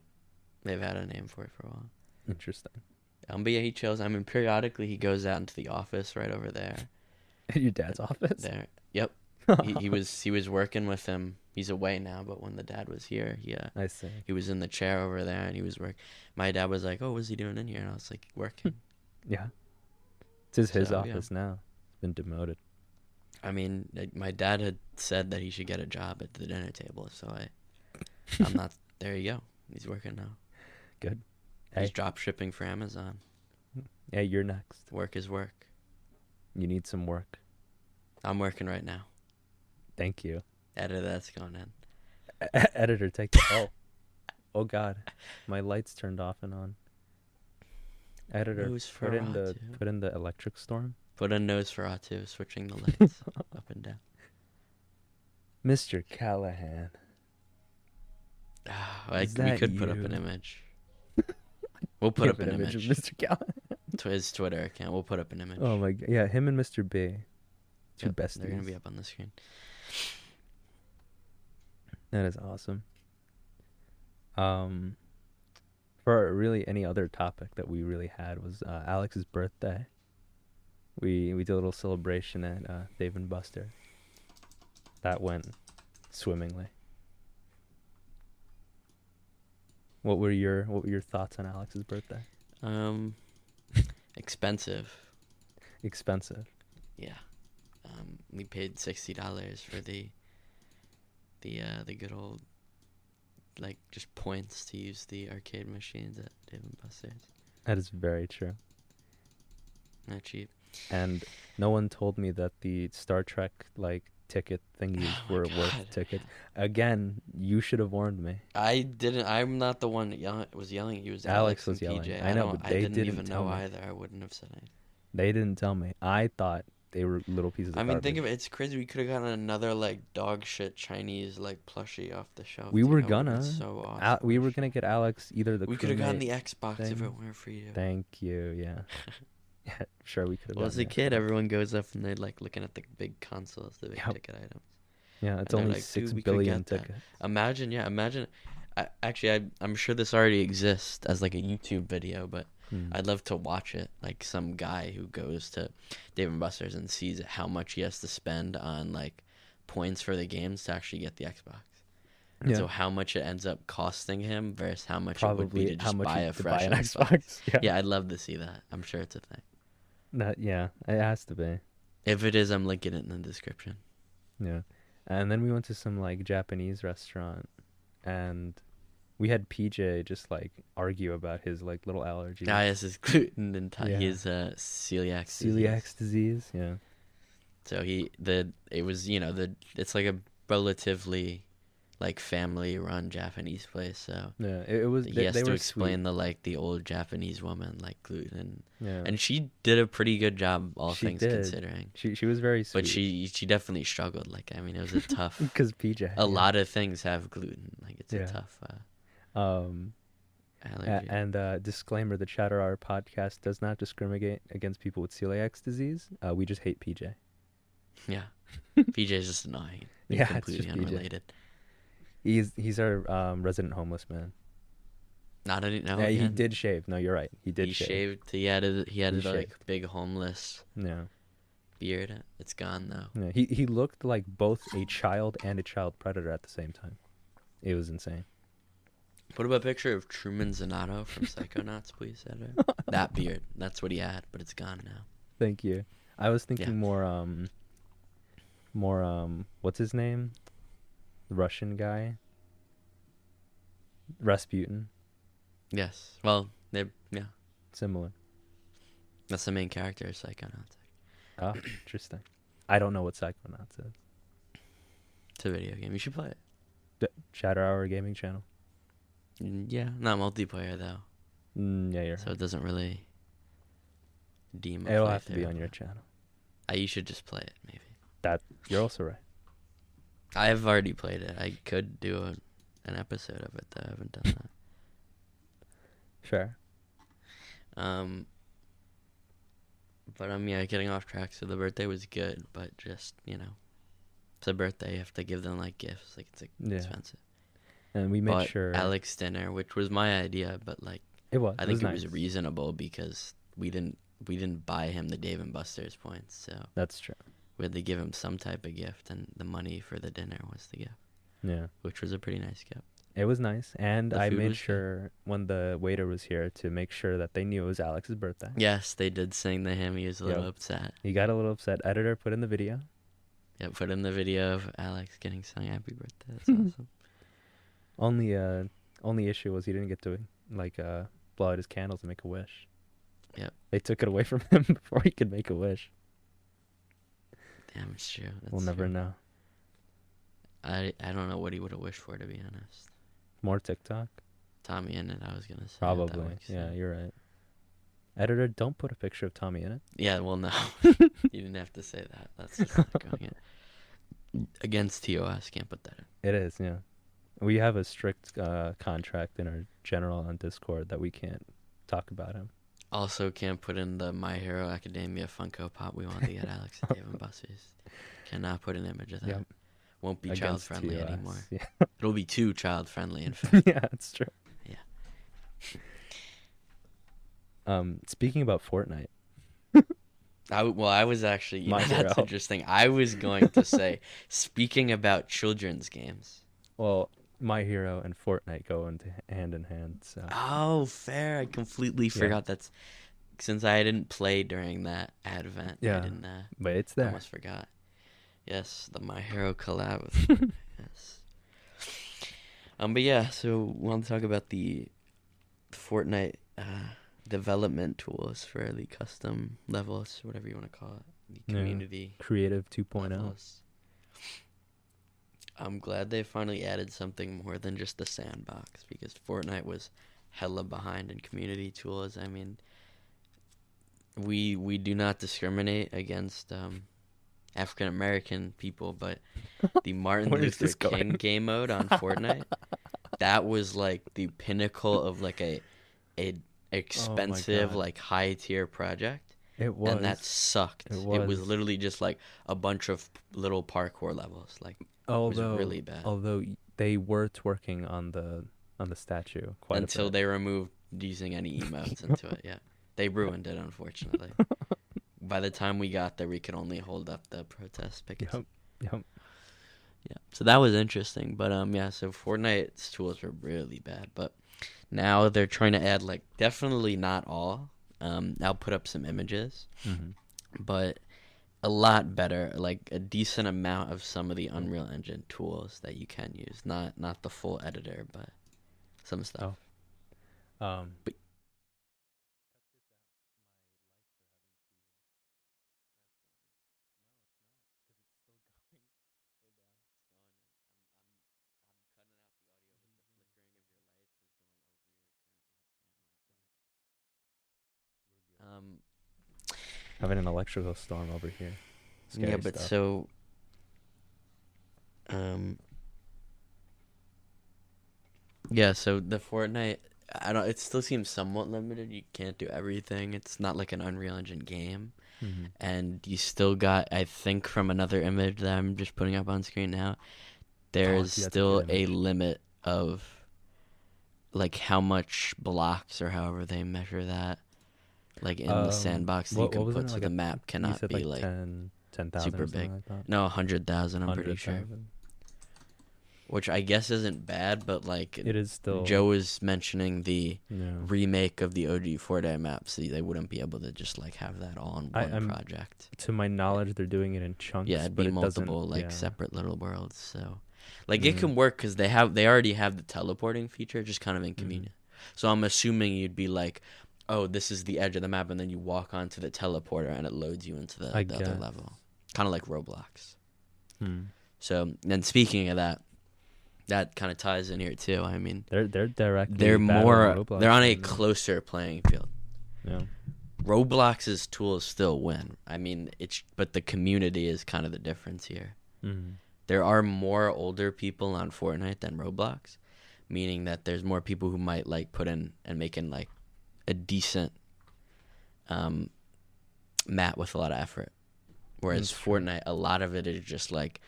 Speaker 1: They've had a name for it for a while.
Speaker 2: Interesting.
Speaker 1: Um, but yeah, he chose. I mean, periodically he goes out into the office right over there.
Speaker 2: your dad's office.
Speaker 1: There. Yep. he, he was he was working with him. He's away now, but when the dad was here, yeah.
Speaker 2: I see.
Speaker 1: he uh, was in the chair over there and he was work my dad was like oh what's he doing in here and i was like working
Speaker 2: Yeah. It's his, his
Speaker 1: So, yeah.
Speaker 2: office now. He's been demoted.
Speaker 1: i mean like, my dad had said that he should get a job at the dinner table so i i'm not there you go he's working now
Speaker 2: Good.
Speaker 1: he's
Speaker 2: Hey,
Speaker 1: drop shipping for amazon
Speaker 2: hey, you're next.
Speaker 1: work is work
Speaker 2: You need some work.
Speaker 1: i'm working right now
Speaker 2: Thank you.
Speaker 1: Editor, that's going in.
Speaker 2: E- Editor, take the oh. oh God, my lights turned off and on. Editor,
Speaker 1: Who's
Speaker 2: put in the
Speaker 1: Ferratu?
Speaker 2: put in the electric storm.
Speaker 1: Put a nose for Atu, switching the lights up and down.
Speaker 2: Mr. Callahan.
Speaker 1: Ah, like
Speaker 2: Is
Speaker 1: we
Speaker 2: that
Speaker 1: could put up
Speaker 2: you?
Speaker 1: an image. We'll put up an image.
Speaker 2: of Mr. Callahan.
Speaker 1: To his Twitter account, we'll put up an image.
Speaker 2: Oh my god, yeah, him and Mr. B, two
Speaker 1: Yep,
Speaker 2: besties.
Speaker 1: They're gonna be up on the screen.
Speaker 2: That is awesome. Um, for really any other topic that we really had was uh, Alex's birthday. We we did a little celebration at uh, Dave and Buster. That went swimmingly. What were your what were your thoughts on Alex's birthday?
Speaker 1: Um, expensive.
Speaker 2: Expensive.
Speaker 1: Yeah. Um, we paid sixty dollars for the the uh, the good old like just points to use the arcade machines at Dave and Buster's.
Speaker 2: That is very true.
Speaker 1: Not cheap.
Speaker 2: And no one told me that the Star Trek like ticket thingies
Speaker 1: Oh my
Speaker 2: were
Speaker 1: God.
Speaker 2: worth tickets. Again, you should have warned me.
Speaker 1: I didn't. I'm not the one that yell, was yelling. He was Alex,
Speaker 2: Alex was
Speaker 1: and
Speaker 2: yelling.
Speaker 1: PJ.
Speaker 2: I know,
Speaker 1: don't-
Speaker 2: but they
Speaker 1: didn't,
Speaker 2: didn't
Speaker 1: even
Speaker 2: tell
Speaker 1: know
Speaker 2: me.
Speaker 1: either. I wouldn't have said anything.
Speaker 2: They didn't tell me. I thought they were little pieces. Of
Speaker 1: I mean, think of it.
Speaker 2: garbage.
Speaker 1: It's crazy. We could have gotten another like dog shit Chinese like plushie off the shelf.
Speaker 2: We
Speaker 1: dude.
Speaker 2: were
Speaker 1: That would've been
Speaker 2: gonna.
Speaker 1: So awesome.
Speaker 2: Al- we were gonna get Alex either the.
Speaker 1: we could have gotten the
Speaker 2: crewmate-
Speaker 1: Xbox if
Speaker 2: thing.
Speaker 1: it weren't for you.
Speaker 2: Thank you. Yeah. yeah. Sure, we could have.
Speaker 1: Well, as
Speaker 2: gotten
Speaker 1: a
Speaker 2: the
Speaker 1: kid,
Speaker 2: Xbox.
Speaker 1: everyone goes up and they're like looking at the big consoles, the big
Speaker 2: Yep.
Speaker 1: ticket items.
Speaker 2: Yeah, it's
Speaker 1: and they're
Speaker 2: only
Speaker 1: like,
Speaker 2: six
Speaker 1: "Dude, we could
Speaker 2: billion
Speaker 1: get that."
Speaker 2: tickets.
Speaker 1: Imagine, yeah, imagine. I, actually, I, I'm sure this already exists as like a YouTube video, but
Speaker 2: Hmm.
Speaker 1: I'd love to watch it. Like some guy who goes to Dave and Buster's and sees how much he has to spend on like points for the games to actually get the Xbox. And
Speaker 2: Yeah.
Speaker 1: So how much it ends up costing him versus how much it would be
Speaker 2: Probably
Speaker 1: to just
Speaker 2: how much
Speaker 1: buy
Speaker 2: you
Speaker 1: a
Speaker 2: could
Speaker 1: fresh
Speaker 2: buy an
Speaker 1: Xbox.
Speaker 2: Xbox. Yeah.
Speaker 1: Yeah, I'd love to see that. I'm sure it's a thing.
Speaker 2: That, yeah. It has to be.
Speaker 1: If it is, I'm linking it in the description.
Speaker 2: Yeah. And then we went to some like Japanese restaurant and we had PJ just like argue about his like little allergy.
Speaker 1: Ah, yes, his gluten and t-
Speaker 2: Yeah.
Speaker 1: his uh, celiac. disease.
Speaker 2: Celiac disease, yeah.
Speaker 1: So he the it was you know the it's like a relatively like family run Japanese place. So
Speaker 2: Yeah, it, it was. They,
Speaker 1: he has
Speaker 2: they
Speaker 1: to
Speaker 2: were
Speaker 1: explain the like the old Japanese woman like gluten and,
Speaker 2: Sweet. Yeah,
Speaker 1: and she did a pretty good job all
Speaker 2: She
Speaker 1: things
Speaker 2: did.
Speaker 1: considering.
Speaker 2: she she was very sweet.
Speaker 1: But she she definitely struggled. Like I mean, it was a tough.
Speaker 2: because PJ
Speaker 1: a lot of things have gluten. Like it's
Speaker 2: Yeah.
Speaker 1: a tough uh,
Speaker 2: Um, a-
Speaker 1: allergy.
Speaker 2: and uh, disclaimer: the Chatter Hour podcast does not discriminate against people with celiac disease. Uh, we just hate PJ.
Speaker 1: yeah, PJ is just annoying. and
Speaker 2: Yeah, it's
Speaker 1: completely
Speaker 2: just PJ.
Speaker 1: unrelated.
Speaker 2: He's he's our um, resident homeless man.
Speaker 1: Not any. No,
Speaker 2: yeah, he
Speaker 1: again.
Speaker 2: did shave. No, you're right. He did
Speaker 1: Oh, he
Speaker 2: shave.
Speaker 1: shaved. He had a he had
Speaker 2: He
Speaker 1: a like
Speaker 2: shaved.
Speaker 1: big homeless
Speaker 2: Yeah.
Speaker 1: beard. It's gone though.
Speaker 2: Yeah, he he looked like both a child and a child predator at the same time. It was insane.
Speaker 1: Put up a picture of Truman Zanato from Psychonauts, please, editor. that beard. That's what he had, but it's gone now.
Speaker 2: Thank you. I was thinking more um more um what's his name? The Russian guy. Rasputin,
Speaker 1: Yes. Well, they yeah.
Speaker 2: similar.
Speaker 1: That's the main character of Psychonauts.
Speaker 2: Ah, interesting. I don't know what Psychonauts is.
Speaker 1: It's a video game. You should play it.
Speaker 2: D- Chatter Hour Gaming Channel.
Speaker 1: Mm, Yeah, not multiplayer though,
Speaker 2: Mm, yeah, you're
Speaker 1: so it doesn't really. Deem a
Speaker 2: right. It'll have to be
Speaker 1: playthrough.
Speaker 2: on your channel.
Speaker 1: I, Uh, you should just play it. Maybe
Speaker 2: That you're also right.
Speaker 1: I've already played it. I could do a, an episode of it though. I haven't done that.
Speaker 2: Sure.
Speaker 1: Um, but I'm yeah getting off track. So the birthday was good, but just you know, it's a birthday. You have to give them like gifts. Like it's like,
Speaker 2: Yeah.
Speaker 1: expensive.
Speaker 2: And we made
Speaker 1: but
Speaker 2: sure
Speaker 1: Alex dinner, which was my idea, but like
Speaker 2: it was.
Speaker 1: I think it
Speaker 2: nice.
Speaker 1: was reasonable because we didn't we didn't buy him the Dave and Buster's points, so
Speaker 2: That's true.
Speaker 1: we had to give him some type of gift, and the money for the dinner was the gift,
Speaker 2: Yeah.
Speaker 1: which was a pretty nice gift.
Speaker 2: It was nice, and
Speaker 1: The
Speaker 2: I
Speaker 1: food
Speaker 2: made
Speaker 1: was good.
Speaker 2: sure when the waiter was here to make sure that they knew it was Alex's birthday.
Speaker 1: Yes, they did sing to him. He was a little
Speaker 2: Yep.
Speaker 1: upset.
Speaker 2: He got a little upset. Editor put in the video.
Speaker 1: Yeah, put in the video of Alex getting sung "Happy Birthday." That's awesome.
Speaker 2: Only uh, only issue was he didn't get to like uh, blow out his candles and make a wish.
Speaker 1: Yep.
Speaker 2: They took it away from him before he could make a wish.
Speaker 1: Damn, it's true.
Speaker 2: we'll
Speaker 1: That's
Speaker 2: never
Speaker 1: true.
Speaker 2: know.
Speaker 1: I I don't know what he would have wished for to be honest.
Speaker 2: More TikTok?
Speaker 1: Tommy in it, I was gonna say. but that
Speaker 2: Probably.
Speaker 1: works
Speaker 2: Yeah,
Speaker 1: out.
Speaker 2: you're right. Editor, don't put a picture of Tommy in it.
Speaker 1: Yeah, well, no, you didn't have to say that. That's just not going in. Against TOS, can't put that in.
Speaker 2: It is, yeah. We have a strict uh, contract in our general on Discord that we can't talk about him.
Speaker 1: Also, can't put in the My Hero Academia Funko Pop. We want to get Alex and Dave and Buster's. Cannot put an image of that.
Speaker 2: Yep.
Speaker 1: Won't be child
Speaker 2: against
Speaker 1: friendly
Speaker 2: TOS.
Speaker 1: anymore.
Speaker 2: Yeah,
Speaker 1: It'll be too child friendly, in fact.
Speaker 2: yeah, that's true.
Speaker 1: Yeah.
Speaker 2: um, speaking about Fortnite,
Speaker 1: I w well, I was actually. You know,
Speaker 2: My
Speaker 1: that's
Speaker 2: Hero.
Speaker 1: interesting. I was going to say, speaking about children's games.
Speaker 2: well, My Hero and Fortnite go into hand in hand. So
Speaker 1: Oh, fair. I completely forgot that's since I didn't play during that advent. I
Speaker 2: Yeah.
Speaker 1: didn't. Uh,
Speaker 2: but it's
Speaker 1: I
Speaker 2: there.
Speaker 1: almost forgot. Yes, the My Hero collab. With yes. Um, but yeah, so we want to talk about the Fortnite uh, development tools for the custom levels, whatever you want to call it, the
Speaker 2: Yeah.
Speaker 1: community
Speaker 2: Creative oh. 2.0.
Speaker 1: levels. I'm glad they finally added something more than just the sandbox because Fortnite was hella behind in community tools. I mean, we we do not discriminate against um, African American people, but the Martin
Speaker 2: Where is
Speaker 1: Luther
Speaker 2: this going?
Speaker 1: King game mode on Fortnite that was like the pinnacle of like a a expensive
Speaker 2: Oh God.
Speaker 1: like high tier project
Speaker 2: It was.
Speaker 1: and that sucked.
Speaker 2: It
Speaker 1: It was.
Speaker 2: was.
Speaker 1: literally just like a bunch of p- little parkour levels. Like,
Speaker 2: although
Speaker 1: really bad.
Speaker 2: Although y- they were twerking on the on the statue quite
Speaker 1: until
Speaker 2: a bit.
Speaker 1: they removed using any emotes into it. Yeah, they ruined it. Unfortunately, by the time we got there, we could only hold up the protest pickets.
Speaker 2: Yep, yep.
Speaker 1: Yeah. So that was interesting. But um yeah, so Fortnite's tools were really bad, but now they're trying to add like definitely not all. Um I'll put up some images.
Speaker 2: Mhm.
Speaker 1: But a lot better, like a decent amount of some of the Unreal Engine tools that you can use. Not not the full editor, but some stuff.
Speaker 2: Oh. Um, Oh.
Speaker 1: Um,
Speaker 2: having an electrical storm over here. Scary
Speaker 1: yeah, but
Speaker 2: stuff.
Speaker 1: so, um, yeah, so the Fortnite, I don't. It still seems somewhat limited. You can't do everything. It's not like an Unreal Engine game,
Speaker 2: Mhm.
Speaker 1: and you still got. I think from another image that I'm just putting up on screen now, there
Speaker 2: Oh,
Speaker 1: is
Speaker 2: see, that's a
Speaker 1: still
Speaker 2: good
Speaker 1: a
Speaker 2: image.
Speaker 1: limit of, like how much blocks or however they measure that. Like in
Speaker 2: Um,
Speaker 1: the sandbox that
Speaker 2: what-
Speaker 1: you can
Speaker 2: what was
Speaker 1: put,
Speaker 2: it?
Speaker 1: so
Speaker 2: Like
Speaker 1: the
Speaker 2: a-
Speaker 1: map cannot
Speaker 2: you said
Speaker 1: be
Speaker 2: like,
Speaker 1: like
Speaker 2: 10 10,000
Speaker 1: super
Speaker 2: or something
Speaker 1: big.
Speaker 2: Like that.
Speaker 1: no, a hundred thousand. I'm pretty sure,
Speaker 2: 100,000.
Speaker 1: which I guess isn't bad, but like
Speaker 2: It is still Mm.
Speaker 1: Joe was mentioning the
Speaker 2: No.
Speaker 1: remake of the OG four day map, so they wouldn't be able to just like have that all in
Speaker 2: I-
Speaker 1: one
Speaker 2: I'm-
Speaker 1: project.
Speaker 2: To my knowledge, they're doing it in chunks.
Speaker 1: Yeah, it'd
Speaker 2: but
Speaker 1: be
Speaker 2: it doesn't-
Speaker 1: multiple like
Speaker 2: yeah.
Speaker 1: separate little worlds. So, like it
Speaker 2: Mm.
Speaker 1: can work because they have they already have the teleporting feature, just kind
Speaker 2: Mm-hmm.
Speaker 1: of inconvenient. So I'm assuming you'd be like. Oh, this is the edge of the map, and then you walk onto the teleporter, and it loads you into the,
Speaker 2: I
Speaker 1: the other
Speaker 2: guess.
Speaker 1: level, kind of like Roblox.
Speaker 2: Hmm.
Speaker 1: So, and speaking of that, that kind of ties in here too. I mean,
Speaker 2: They're they're directly
Speaker 1: they're
Speaker 2: battling
Speaker 1: more
Speaker 2: Roblox
Speaker 1: they're on a
Speaker 2: right now.
Speaker 1: closer playing field.
Speaker 2: yeah.
Speaker 1: Roblox's tools still win. I mean, it's but the community is kind of the difference here.
Speaker 2: Mhm.
Speaker 1: There are more older people on Fortnite than Roblox, meaning that there's more people who might like put in and making like a decent um map with a lot of effort. Whereas
Speaker 2: That's true.
Speaker 1: Fortnite, a lot of it is just like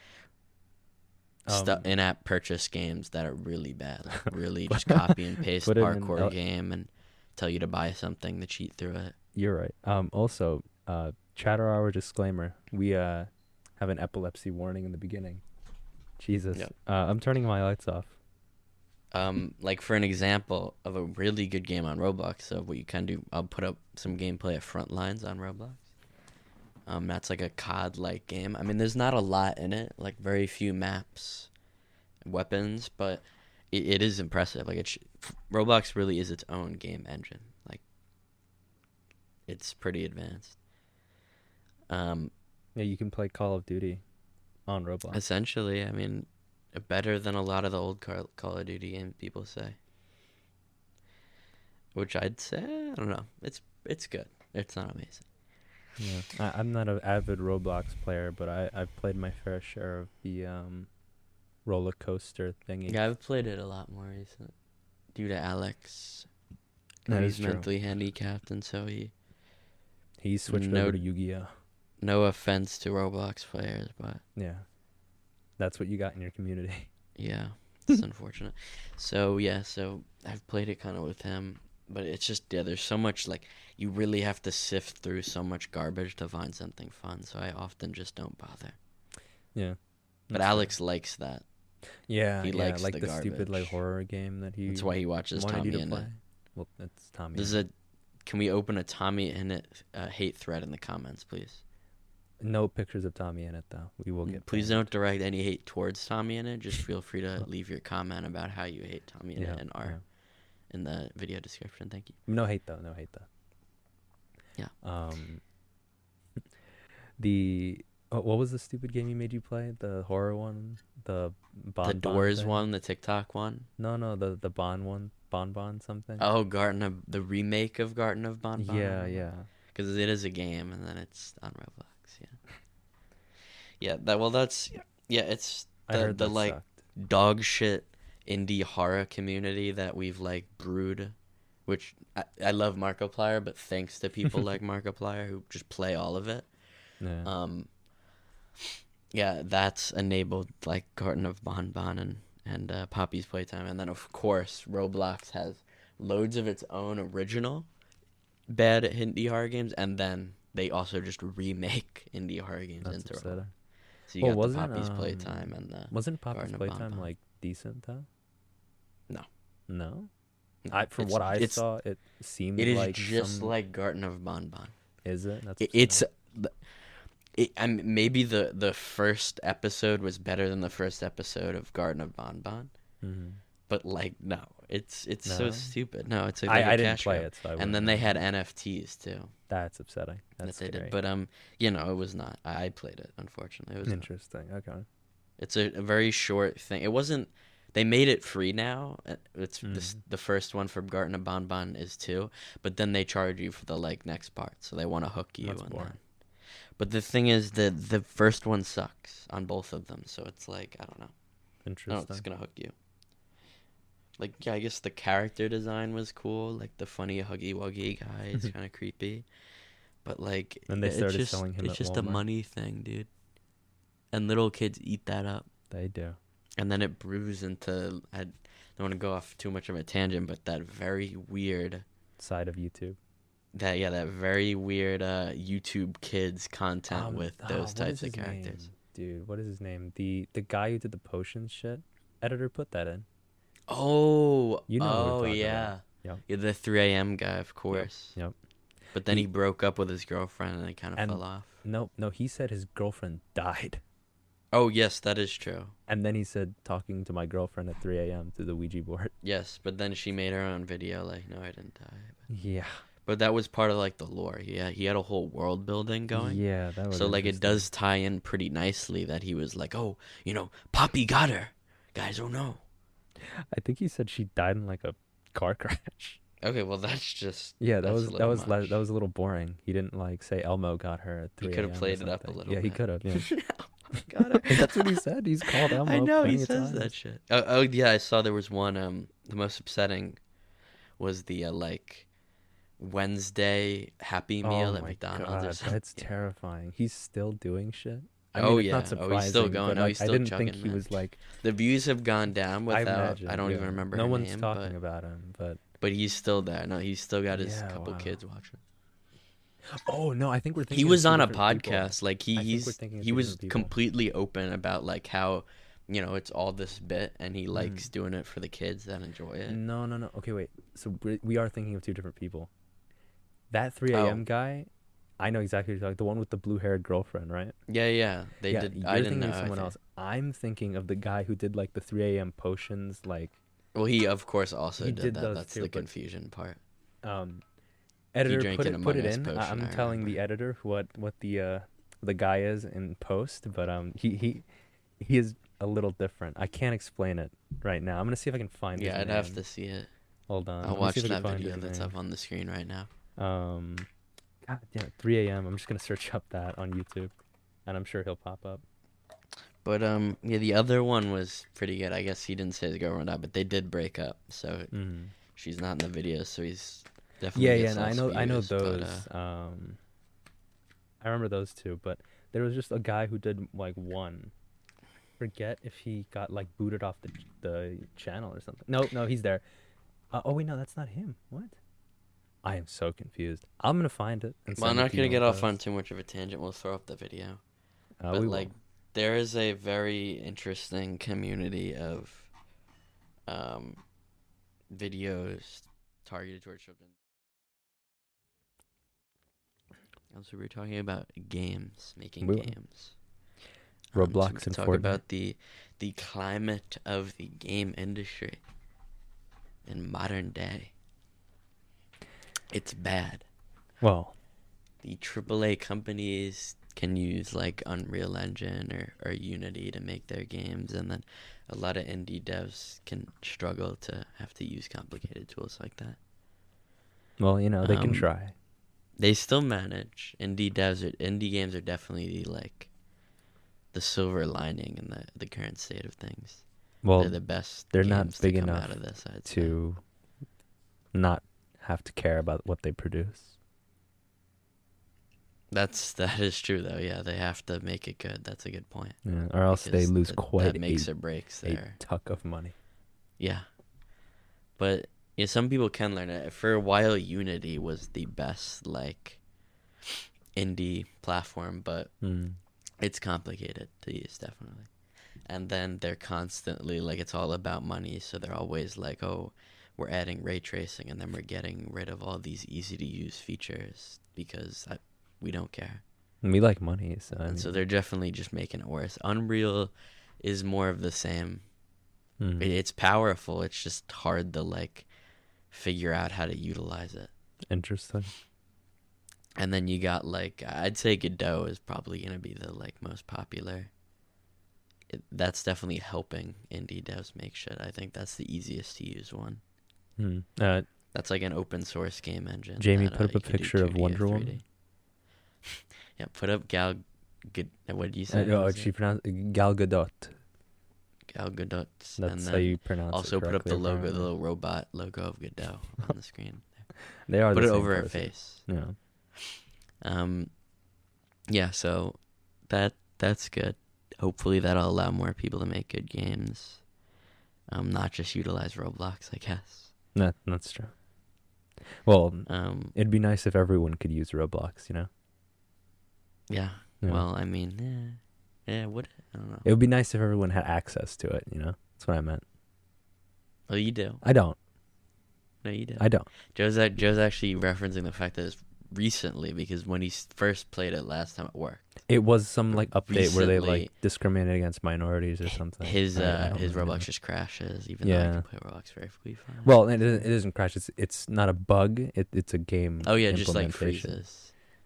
Speaker 1: stu-
Speaker 2: Um,
Speaker 1: in-app purchase games that are really bad, like really just copy and paste
Speaker 2: put it in
Speaker 1: parkour
Speaker 2: L-
Speaker 1: game and tell you to buy something to cheat through it.
Speaker 2: You're right. Um, also, uh, chatter hour disclaimer: we uh have an epilepsy warning in the beginning. Jesus,
Speaker 1: Yep.
Speaker 2: uh, I'm turning my lights off.
Speaker 1: Um, like for an example of a really good game on Roblox, so what you can do, I'll put up some gameplay of Frontlines on Roblox. Um, that's like a COD-like game. I mean, there's not a lot in it, like very few maps, weapons, but it, it is impressive. Like it, sh- Roblox really is its own game engine. Like, it's pretty advanced. Um,
Speaker 2: Yeah, you can play Call of Duty on Roblox.
Speaker 1: Essentially, I mean, better than a lot of the old Call, Call of Duty game people say. Which I'd say, I don't know. It's it's good. It's not amazing.
Speaker 2: Yeah. I, I'm not an avid Roblox player, but I I've played my fair share of the um, roller coaster thingy.
Speaker 1: Yeah, I've played it a lot more recently due to Alex.
Speaker 2: That
Speaker 1: he's
Speaker 2: is true.
Speaker 1: mentally handicapped, and so he.
Speaker 2: He switched
Speaker 1: No-
Speaker 2: over to Yu-Gi-Oh.
Speaker 1: No offense to Roblox players, but
Speaker 2: Yeah, that's what you got in your community.
Speaker 1: yeah, it's unfortunate. So yeah, so I've played it kind of with him, but it's just yeah, there's so much like you really have to sift through so much garbage to find something fun. So I often just don't bother.
Speaker 2: Yeah.
Speaker 1: But Alex likes that.
Speaker 2: Yeah,
Speaker 1: He
Speaker 2: yeah,
Speaker 1: likes
Speaker 2: like
Speaker 1: the
Speaker 2: the, stupid
Speaker 1: garbage.
Speaker 2: like horror game that he.
Speaker 1: That's why he watches
Speaker 2: wanted
Speaker 1: Tommy
Speaker 2: you to
Speaker 1: in it.
Speaker 2: play. Well, that's Tommy.
Speaker 1: There's
Speaker 2: in
Speaker 1: a. Can we open a Tommy in it uh, hate thread in the comments, please?
Speaker 2: it. No pictures of Tommy in it though. We will get.
Speaker 1: Mm, Please
Speaker 2: banned.
Speaker 1: don't direct any hate towards Tommy in it. Just feel free to leave your comment about how you hate Tommy in
Speaker 2: Yeah,
Speaker 1: it and are in the video description. Thank you.
Speaker 2: No hate though. No hate though.
Speaker 1: Yeah.
Speaker 2: Um. The oh, what was the stupid game you made you play? The horror one. The bon
Speaker 1: the
Speaker 2: Bon
Speaker 1: Doors
Speaker 2: thing?
Speaker 1: one, the TikTok one.
Speaker 2: No, no, the the Bon one. Bon Bon something.
Speaker 1: Oh, Garden of the remake of Garden of Bon Bon.
Speaker 2: yeah, yeah.
Speaker 1: Because it is a game, and then it's on Roblox. Yeah. Yeah. That well, that's yeah. It's
Speaker 2: I
Speaker 1: the
Speaker 2: heard
Speaker 1: the
Speaker 2: that
Speaker 1: like
Speaker 2: sucked.
Speaker 1: dog shit indie horror community that we've like brewed, which I, I love Markiplier, but thanks to people like Markiplier who just play all of it.
Speaker 2: Yeah.
Speaker 1: Um, yeah, that's enabled like Garden of Bon Bon and and uh, Poppy's Playtime, and then of course Roblox has loads of its own original bad indie horror games, and then they also just remake indie horror games
Speaker 2: that's
Speaker 1: into
Speaker 2: upsetting.
Speaker 1: Roblox. So you
Speaker 2: Well,
Speaker 1: got
Speaker 2: wasn't,
Speaker 1: the Poppy's
Speaker 2: um,
Speaker 1: Playtime and the
Speaker 2: Wasn't Poppy's
Speaker 1: Garden of Bon
Speaker 2: Playtime
Speaker 1: Bon.
Speaker 2: like decent though?
Speaker 1: No.
Speaker 2: No.
Speaker 1: No,
Speaker 2: I from
Speaker 1: it's-
Speaker 2: what I
Speaker 1: it's-
Speaker 2: saw, it seemed
Speaker 1: It is
Speaker 2: like
Speaker 1: just
Speaker 2: some-
Speaker 1: like Garden of Bon Bon.
Speaker 2: is it? That's
Speaker 1: I-
Speaker 2: upsetting.
Speaker 1: It's the- it, I mean, maybe the the first episode was better than the first episode of Garden of Bon Bon,
Speaker 2: Mhm.
Speaker 1: but like no, it's it's
Speaker 2: No?
Speaker 1: so stupid. No, it's like
Speaker 2: I,
Speaker 1: a
Speaker 2: I didn't
Speaker 1: cash
Speaker 2: play
Speaker 1: grab.
Speaker 2: it, so I
Speaker 1: And then
Speaker 2: wouldn't
Speaker 1: they
Speaker 2: know.
Speaker 1: had NFTs too
Speaker 2: that's upsetting. That's
Speaker 1: that they
Speaker 2: scary.
Speaker 1: did, but um, you know, it was not. I, I played it unfortunately. It was not.
Speaker 2: interesting. Okay.
Speaker 1: It's a, a very short thing. It wasn't. They made it free now. Uh, It's the s
Speaker 2: Mm-hmm.
Speaker 1: the first one for Garten of Bon Bon is two, but then they charge you for the like next part, so they want to hook you.
Speaker 2: That's
Speaker 1: and
Speaker 2: boring.
Speaker 1: then. But the thing is that the first one sucks on both of them, so it's like I don't know. No,
Speaker 2: Interesting.
Speaker 1: Oh, it's gonna hook you. Like yeah, I guess the character design was cool. Like the funny Huggy Wuggy guy is kind of creepy, but like
Speaker 2: And they
Speaker 1: it's
Speaker 2: started
Speaker 1: just-
Speaker 2: selling him
Speaker 1: It's
Speaker 2: at
Speaker 1: just a
Speaker 2: Walmart.
Speaker 1: money thing, dude. And little kids eat that up
Speaker 2: They do.
Speaker 1: and then it brews into I don't want to go off too much of a tangent, but that very weird
Speaker 2: Side of YouTube.
Speaker 1: that yeah that very weird uh, YouTube kids content
Speaker 2: Um,
Speaker 1: with
Speaker 2: ah,
Speaker 1: those
Speaker 2: what
Speaker 1: types
Speaker 2: is
Speaker 1: of
Speaker 2: his
Speaker 1: characters.
Speaker 2: name? Dude, what is his name? The the guy who did the potion shit. Editor put that in.
Speaker 1: Oh,
Speaker 2: You know who I'm
Speaker 1: oh
Speaker 2: talking about.
Speaker 1: yeah.
Speaker 2: Yep.
Speaker 1: yeah, the 3 a.m. guy, of course.
Speaker 2: Yep.
Speaker 1: But then he, broke up with his girlfriend and it kind of
Speaker 2: And-
Speaker 1: fell off.
Speaker 2: No, no, he said his girlfriend died.
Speaker 1: Oh yes, that is true.
Speaker 2: And then he said talking to my girlfriend at 3 a.m. through the Ouija board.
Speaker 1: Yes, but then she made her own video like, no, I didn't die.
Speaker 2: Yeah.
Speaker 1: But that was part of like the lore. Yeah, he had a whole world building going.
Speaker 2: Yeah, that was
Speaker 1: So like it
Speaker 2: interesting.
Speaker 1: does tie in pretty nicely that he was like, oh, you know, Poppy got her. Guys don't know.
Speaker 2: I think he said she died in like a car crash.
Speaker 1: Okay, well that's just
Speaker 2: Yeah, that
Speaker 1: that's a
Speaker 2: was that
Speaker 1: little
Speaker 2: was le-
Speaker 1: much.
Speaker 2: that was a little boring. He didn't like say Elmo got her at
Speaker 1: He
Speaker 2: three.
Speaker 1: coulda
Speaker 2: a.m. or
Speaker 1: played it up a
Speaker 2: something.
Speaker 1: little
Speaker 2: Yeah, he
Speaker 1: bit.
Speaker 2: could have. Yeah.
Speaker 1: got her.
Speaker 2: That's what he said. He's called Elmo.
Speaker 1: I know he
Speaker 2: plenty of
Speaker 1: says
Speaker 2: times.
Speaker 1: that shit. Oh, oh yeah, I saw there was one. Um, the most upsetting was the uh, like Wednesday Happy Meal
Speaker 2: oh
Speaker 1: at
Speaker 2: my
Speaker 1: McDonald's. or
Speaker 2: God,
Speaker 1: something.
Speaker 2: that's terriful. terrifying. He's still doing shit. I
Speaker 1: Oh,
Speaker 2: mean, it's not
Speaker 1: yeah. Oh,
Speaker 2: surprising,
Speaker 1: he's still going.
Speaker 2: But,
Speaker 1: No,
Speaker 2: like,
Speaker 1: he's
Speaker 2: I
Speaker 1: still
Speaker 2: didn't think
Speaker 1: chugging
Speaker 2: he
Speaker 1: that.
Speaker 2: was like.
Speaker 1: The views have gone down without. I,
Speaker 2: I imagine.
Speaker 1: don't
Speaker 2: yeah.
Speaker 1: even remember.
Speaker 2: No
Speaker 1: her
Speaker 2: one's
Speaker 1: name,
Speaker 2: talking
Speaker 1: but,
Speaker 2: about him, but
Speaker 1: But he's still there. No, he's still got his
Speaker 2: Yeah,
Speaker 1: couple
Speaker 2: wow.
Speaker 1: kids watching.
Speaker 2: oh no, I think we're.
Speaker 1: he
Speaker 2: thinking of
Speaker 1: was
Speaker 2: two
Speaker 1: on a
Speaker 2: different people.
Speaker 1: podcast like he
Speaker 2: I think we're
Speaker 1: he's
Speaker 2: thinking of
Speaker 1: he
Speaker 2: two
Speaker 1: was
Speaker 2: different people.
Speaker 1: completely open about like how you know it's all this bit and
Speaker 2: Mm.
Speaker 1: he likes doing it for the kids that enjoy it
Speaker 2: No, no, no. Okay, wait. So we're, we are thinking of two different people. That 3
Speaker 1: Oh.
Speaker 2: a.m. guy, I know exactly who you're talking. The one with the blue-haired girlfriend, right?
Speaker 1: yeah yeah they
Speaker 2: yeah,
Speaker 1: did
Speaker 2: You're
Speaker 1: i didn't know
Speaker 2: thinking of
Speaker 1: I
Speaker 2: someone
Speaker 1: think.
Speaker 2: else. I'm thinking of the guy who did like the 3 a.m. potions, like
Speaker 1: well he of course also
Speaker 2: He
Speaker 1: did,
Speaker 2: did
Speaker 1: that
Speaker 2: those
Speaker 1: that's
Speaker 2: too,
Speaker 1: the
Speaker 2: but-
Speaker 1: confusion part
Speaker 2: um, editor
Speaker 1: drank
Speaker 2: put
Speaker 1: an
Speaker 2: it, put
Speaker 1: Among
Speaker 2: it
Speaker 1: Us
Speaker 2: in.
Speaker 1: potion,
Speaker 2: I, I'm
Speaker 1: I
Speaker 2: telling the editor what what the uh, the guy is in post, but um, he he he is a little different. I can't explain it right now. I'm gonna see if I can find. his
Speaker 1: Yeah, I'd have
Speaker 2: name.
Speaker 1: to see it.
Speaker 2: Hold on.
Speaker 1: I'll
Speaker 2: let me
Speaker 1: watch
Speaker 2: see if I
Speaker 1: that
Speaker 2: can find
Speaker 1: video
Speaker 2: his
Speaker 1: that's
Speaker 2: name.
Speaker 1: up on the screen right now.
Speaker 2: Um, God damn it, 3 a.m. I'm just gonna search up that on YouTube, and I'm sure he'll pop up.
Speaker 1: But um, yeah, the other one was pretty good. I guess he didn't say the girlfriend died, but they did break up, so
Speaker 2: Mm.
Speaker 1: she's not in the video. So he's definitely
Speaker 2: Yeah, yeah.
Speaker 1: gets
Speaker 2: And I
Speaker 1: less
Speaker 2: know, I know
Speaker 1: views, but,
Speaker 2: those.
Speaker 1: uh,
Speaker 2: um, I remember those two, but there was just a guy who did like one. Forget if he got like booted off the the channel or something. No, no, he's there. Uh, oh wait, no, that's not him. What? I am so confused. I'm gonna find it. and
Speaker 1: well, I'm
Speaker 2: send it
Speaker 1: not
Speaker 2: to
Speaker 1: gonna
Speaker 2: you
Speaker 1: get off on
Speaker 2: first.
Speaker 1: too much of a tangent. We'll throw up the video.
Speaker 2: Uh,
Speaker 1: but
Speaker 2: we will.
Speaker 1: like there is a very interesting community of um videos targeted towards children also we were talking about games making
Speaker 2: We were.
Speaker 1: games Um, so we
Speaker 2: Roblox
Speaker 1: could
Speaker 2: and
Speaker 1: talk about the the climate of the game industry in modern day it's bad
Speaker 2: well,
Speaker 1: the AAA companies can use like Unreal Engine or, or Unity to make their games, and then a lot of indie devs can struggle to have to use complicated tools like that.
Speaker 2: well, you know they can
Speaker 1: um,
Speaker 2: try.
Speaker 1: They still manage. Indie devs are indie games are definitely the like the silver lining in the the current state of things.
Speaker 2: Well,
Speaker 1: they're the best.
Speaker 2: they're not
Speaker 1: games
Speaker 2: big
Speaker 1: to come
Speaker 2: enough
Speaker 1: out of this. I'd say.
Speaker 2: to not have to care about what they produce.
Speaker 1: That's that is true though. Yeah, they have to make it good. That's a good point.
Speaker 2: Yeah, or else they
Speaker 1: because
Speaker 2: lose
Speaker 1: that-
Speaker 2: quite
Speaker 1: that makes
Speaker 2: a,
Speaker 1: or breaks
Speaker 2: a
Speaker 1: there.
Speaker 2: tuck of money.
Speaker 1: Yeah. But yeah, some people can learn it. For a while, Unity was the best like indie platform, but
Speaker 2: Mm.
Speaker 1: it's complicated to use definitely. And then they're constantly like it's all about money, so they're always like, "Oh, we're adding ray tracing, and then we're getting rid of all these easy to use features because I, we don't care."
Speaker 2: And we like money, so, I mean,
Speaker 1: And so they're definitely just making it worse. Unreal is more of the same.
Speaker 2: mm.
Speaker 1: It- It's powerful. It's just hard to like figure out how to utilize it.
Speaker 2: interesting.
Speaker 1: And then you got like I'd say Godot is probably gonna be the like most popular. It, that's definitely helping indie devs make shit. I think that's the easiest to use one.
Speaker 2: Mm. Uh,
Speaker 1: That's like an open source game engine.
Speaker 2: Jamie,
Speaker 1: that,
Speaker 2: put up
Speaker 1: you
Speaker 2: a
Speaker 1: could do
Speaker 2: picture of
Speaker 1: 2D or
Speaker 2: Wonder
Speaker 1: 3D.
Speaker 2: Woman.
Speaker 1: yeah, put up Gal. Good. What did you
Speaker 2: uh,
Speaker 1: say?
Speaker 2: oh,
Speaker 1: Was it
Speaker 2: she pronounced Gal Gadot.
Speaker 1: Gal Gadot. and
Speaker 2: That's
Speaker 1: then
Speaker 2: how you pronounce
Speaker 1: also
Speaker 2: it.
Speaker 1: put up the
Speaker 2: correctly,
Speaker 1: logo, the
Speaker 2: apparently.
Speaker 1: little robot logo of Godot on the screen.
Speaker 2: They are
Speaker 1: put
Speaker 2: the
Speaker 1: it
Speaker 2: same
Speaker 1: over her
Speaker 2: person.
Speaker 1: face.
Speaker 2: Yeah.
Speaker 1: Um, yeah, so that that's good. Hopefully, that'll allow more people to make good games. Um, not just utilize Roblox, I guess.
Speaker 2: That, that's true. Well,
Speaker 1: Um,
Speaker 2: it'd be nice if everyone could use Roblox, you know?
Speaker 1: yeah.
Speaker 2: Yeah.
Speaker 1: Well, I mean, yeah, yeah. What? I don't know.
Speaker 2: It would be nice if everyone had access to it, you know? That's what I meant.
Speaker 1: Oh, you do.
Speaker 2: I don't.
Speaker 1: No, you do.
Speaker 2: I don't.
Speaker 1: Joe's act- Joe's actually referencing the fact that it's recently because when he s- first played it last time it worked,
Speaker 2: It was some like update where they like
Speaker 1: Recently- discriminated
Speaker 2: discriminated against minorities or something.
Speaker 1: his uh, his Roblox just crashes. Even though I
Speaker 2: Yeah.
Speaker 1: can play Roblox perfectly fine.
Speaker 2: Well, it doesn't, it doesn't crash. It's it's not a bug. It, it's a game.
Speaker 1: oh yeah, just like
Speaker 2: implementation.
Speaker 1: freezes.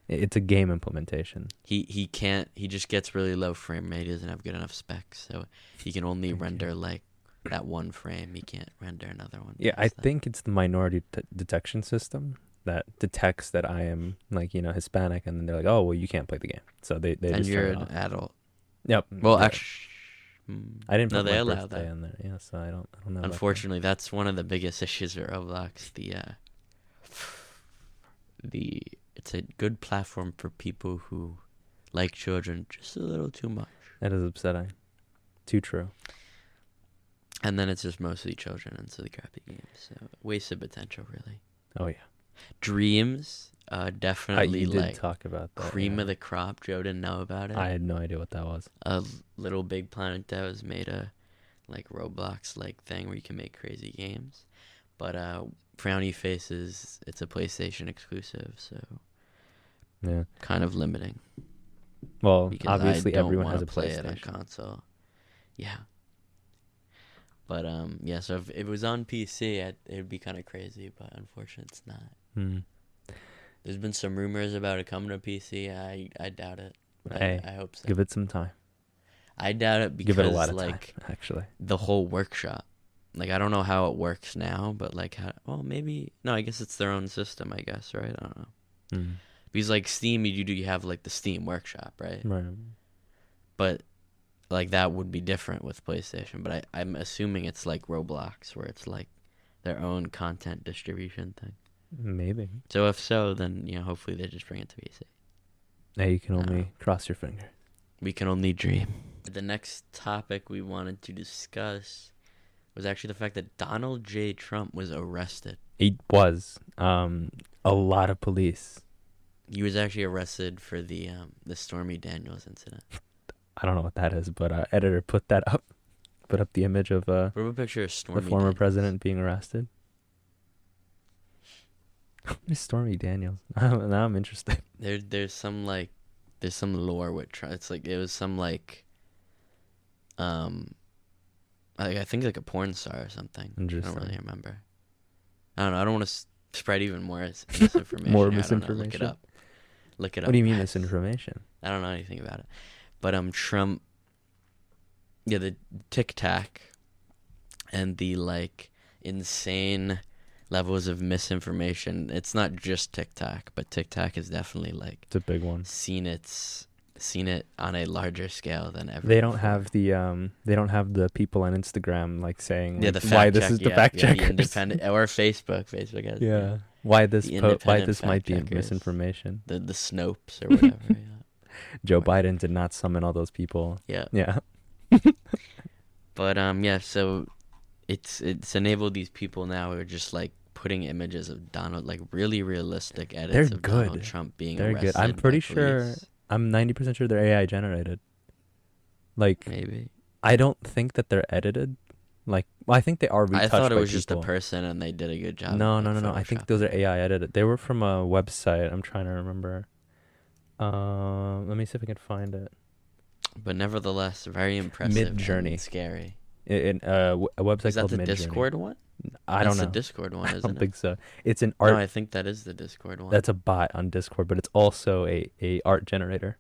Speaker 2: It- It's a game implementation.
Speaker 1: he he can't he just gets really low frame rate he doesn't have good enough specs so he can only render like that one frame he can't render another one
Speaker 2: Yeah, I
Speaker 1: past that.
Speaker 2: think it's the minority t- detection system that detects that I am like you know Hispanic, and then they're like, oh well, you can't play the game. So they they
Speaker 1: and
Speaker 2: just
Speaker 1: you're
Speaker 2: turn it
Speaker 1: an
Speaker 2: off.
Speaker 1: adult
Speaker 2: Yep.
Speaker 1: well
Speaker 2: yeah.
Speaker 1: actually
Speaker 2: I didn't
Speaker 1: no
Speaker 2: put
Speaker 1: they
Speaker 2: my
Speaker 1: allow
Speaker 2: birthday
Speaker 1: that
Speaker 2: in there. Yeah, so I don't I don't know. about that.
Speaker 1: unfortunately that's one of the biggest issues with roblox the uh the it's a good platform for people who like children just a little too much
Speaker 2: that is upsetting. Too true.
Speaker 1: and then it's just mostly children and so the crappy games so waste of potential really
Speaker 2: Oh yeah,
Speaker 1: Dreams, uh,
Speaker 2: I,
Speaker 1: definitely
Speaker 2: you did
Speaker 1: like
Speaker 2: talk about that.
Speaker 1: cream
Speaker 2: yeah.
Speaker 1: of the crop. Joe didn't know about it.
Speaker 2: I had no idea what that was.
Speaker 1: A little big planet that was made a like Roblox like thing where you can make crazy games, but uh, frowny faces. It's a PlayStation exclusive, so
Speaker 2: Yeah.
Speaker 1: kind of limiting
Speaker 2: Well,
Speaker 1: because I
Speaker 2: obviously
Speaker 1: don't
Speaker 2: everyone
Speaker 1: wanna
Speaker 2: has a
Speaker 1: play it on
Speaker 2: PlayStation.
Speaker 1: console. Yeah. But um, yeah. So if it was on PC, it it'd be kind of crazy. But unfortunately, it's not.
Speaker 2: Hmm.
Speaker 1: There's been some rumors about it coming to PC. I I doubt it. but
Speaker 2: Hey,
Speaker 1: I, I hope so.
Speaker 2: Give it some time.
Speaker 1: I doubt it because
Speaker 2: Give it a lot of
Speaker 1: like
Speaker 2: time, actually.
Speaker 1: the whole workshop. Like I don't know how it works now, but like how well maybe no, I guess it's their own system, I guess, right? I don't know. hmm.
Speaker 2: Mm.
Speaker 1: Because like Steam you do you have like the Steam workshop, right?
Speaker 2: Hmm. Right.
Speaker 1: But like that would be different with PlayStation, but I, I'm assuming it's like Roblox where it's like their own content distribution thing.
Speaker 2: Maybe.
Speaker 1: So if so, then you know, hopefully they just bring it to PC.
Speaker 2: Now you can
Speaker 1: No.
Speaker 2: only cross your finger.
Speaker 1: We can only dream. The next topic we wanted to discuss was actually the fact that Donald J. Trump was arrested.
Speaker 2: It was um, a lot of police.
Speaker 1: He was actually arrested for the um, the Stormy Daniels incident.
Speaker 2: I don't know what that is, but uh, editor put that up. Put up the image of uh,
Speaker 1: Put up a picture of
Speaker 2: the
Speaker 1: Stormy.
Speaker 2: former
Speaker 1: Daniels.
Speaker 2: president being arrested. Stormy Daniels. Now, now I'm interested.
Speaker 1: There, there's some like, there's some lore with Trump. It's like it was some like, um, I, I think like a porn star or something. I
Speaker 2: Interesting.
Speaker 1: don't really remember. I don't know. I don't want to s- spread even more s- misinformation.
Speaker 2: More
Speaker 1: I don't know, Look it
Speaker 2: misinformation?
Speaker 1: up. Look it up.
Speaker 2: What do you mean
Speaker 1: guys.
Speaker 2: misinformation?
Speaker 1: I don't know anything about it. But um Trump yeah, the Tic Tac and the like insane levels of misinformation. It's not just Tic Tac, but Tic Tac has definitely like
Speaker 2: It's a big one.
Speaker 1: seen its seen it on a larger scale than ever.
Speaker 2: They don't
Speaker 1: before.
Speaker 2: have the um. They don't have the people on Instagram like saying
Speaker 1: yeah,
Speaker 2: like,
Speaker 1: the
Speaker 2: why
Speaker 1: fact
Speaker 2: this
Speaker 1: check-
Speaker 2: is the
Speaker 1: yeah,
Speaker 2: fact
Speaker 1: yeah,
Speaker 2: checkers.
Speaker 1: independent or Facebook. Facebook has
Speaker 2: yeah. Why this
Speaker 1: The
Speaker 2: po- why
Speaker 1: independent
Speaker 2: this might be
Speaker 1: fact-checkers.
Speaker 2: misinformation.
Speaker 1: the the Snopes or whatever. yeah.
Speaker 2: Joe Biden did not summon all those people.
Speaker 1: yeah.
Speaker 2: Yeah.
Speaker 1: But um, yeah. So it's it's enabled these people now who are just like putting images of Donald, like really realistic edits
Speaker 2: They're
Speaker 1: of Donald
Speaker 2: good.
Speaker 1: Trump being
Speaker 2: They're
Speaker 1: arrested.
Speaker 2: good. I'm
Speaker 1: by
Speaker 2: pretty sure
Speaker 1: police,
Speaker 2: I'm 90% sure they're AI generated. Like
Speaker 1: Maybe
Speaker 2: I don't think that they're edited. Like well, I think they are retouched
Speaker 1: I thought it
Speaker 2: by
Speaker 1: was just a
Speaker 2: people.
Speaker 1: person, and they did a good job.
Speaker 2: No,
Speaker 1: of,
Speaker 2: no, no,
Speaker 1: like,
Speaker 2: no. I think
Speaker 1: Photoshopping.
Speaker 2: those are AI edited. They were from a website. I'm trying to remember. Um, let me see if I can find it.
Speaker 1: But nevertheless, very impressive.
Speaker 2: Mid-Journey.
Speaker 1: and scary.
Speaker 2: In uh, w- a website
Speaker 1: Is that
Speaker 2: called
Speaker 1: the
Speaker 2: Midjourney.
Speaker 1: Discord one?
Speaker 2: I don't
Speaker 1: That's
Speaker 2: know.
Speaker 1: The Discord one,
Speaker 2: I
Speaker 1: isn't
Speaker 2: don't
Speaker 1: it?
Speaker 2: think so. It's an
Speaker 1: No,
Speaker 2: art.
Speaker 1: I think that is the Discord one.
Speaker 2: that's a bot on Discord, but it's also a, a art generator.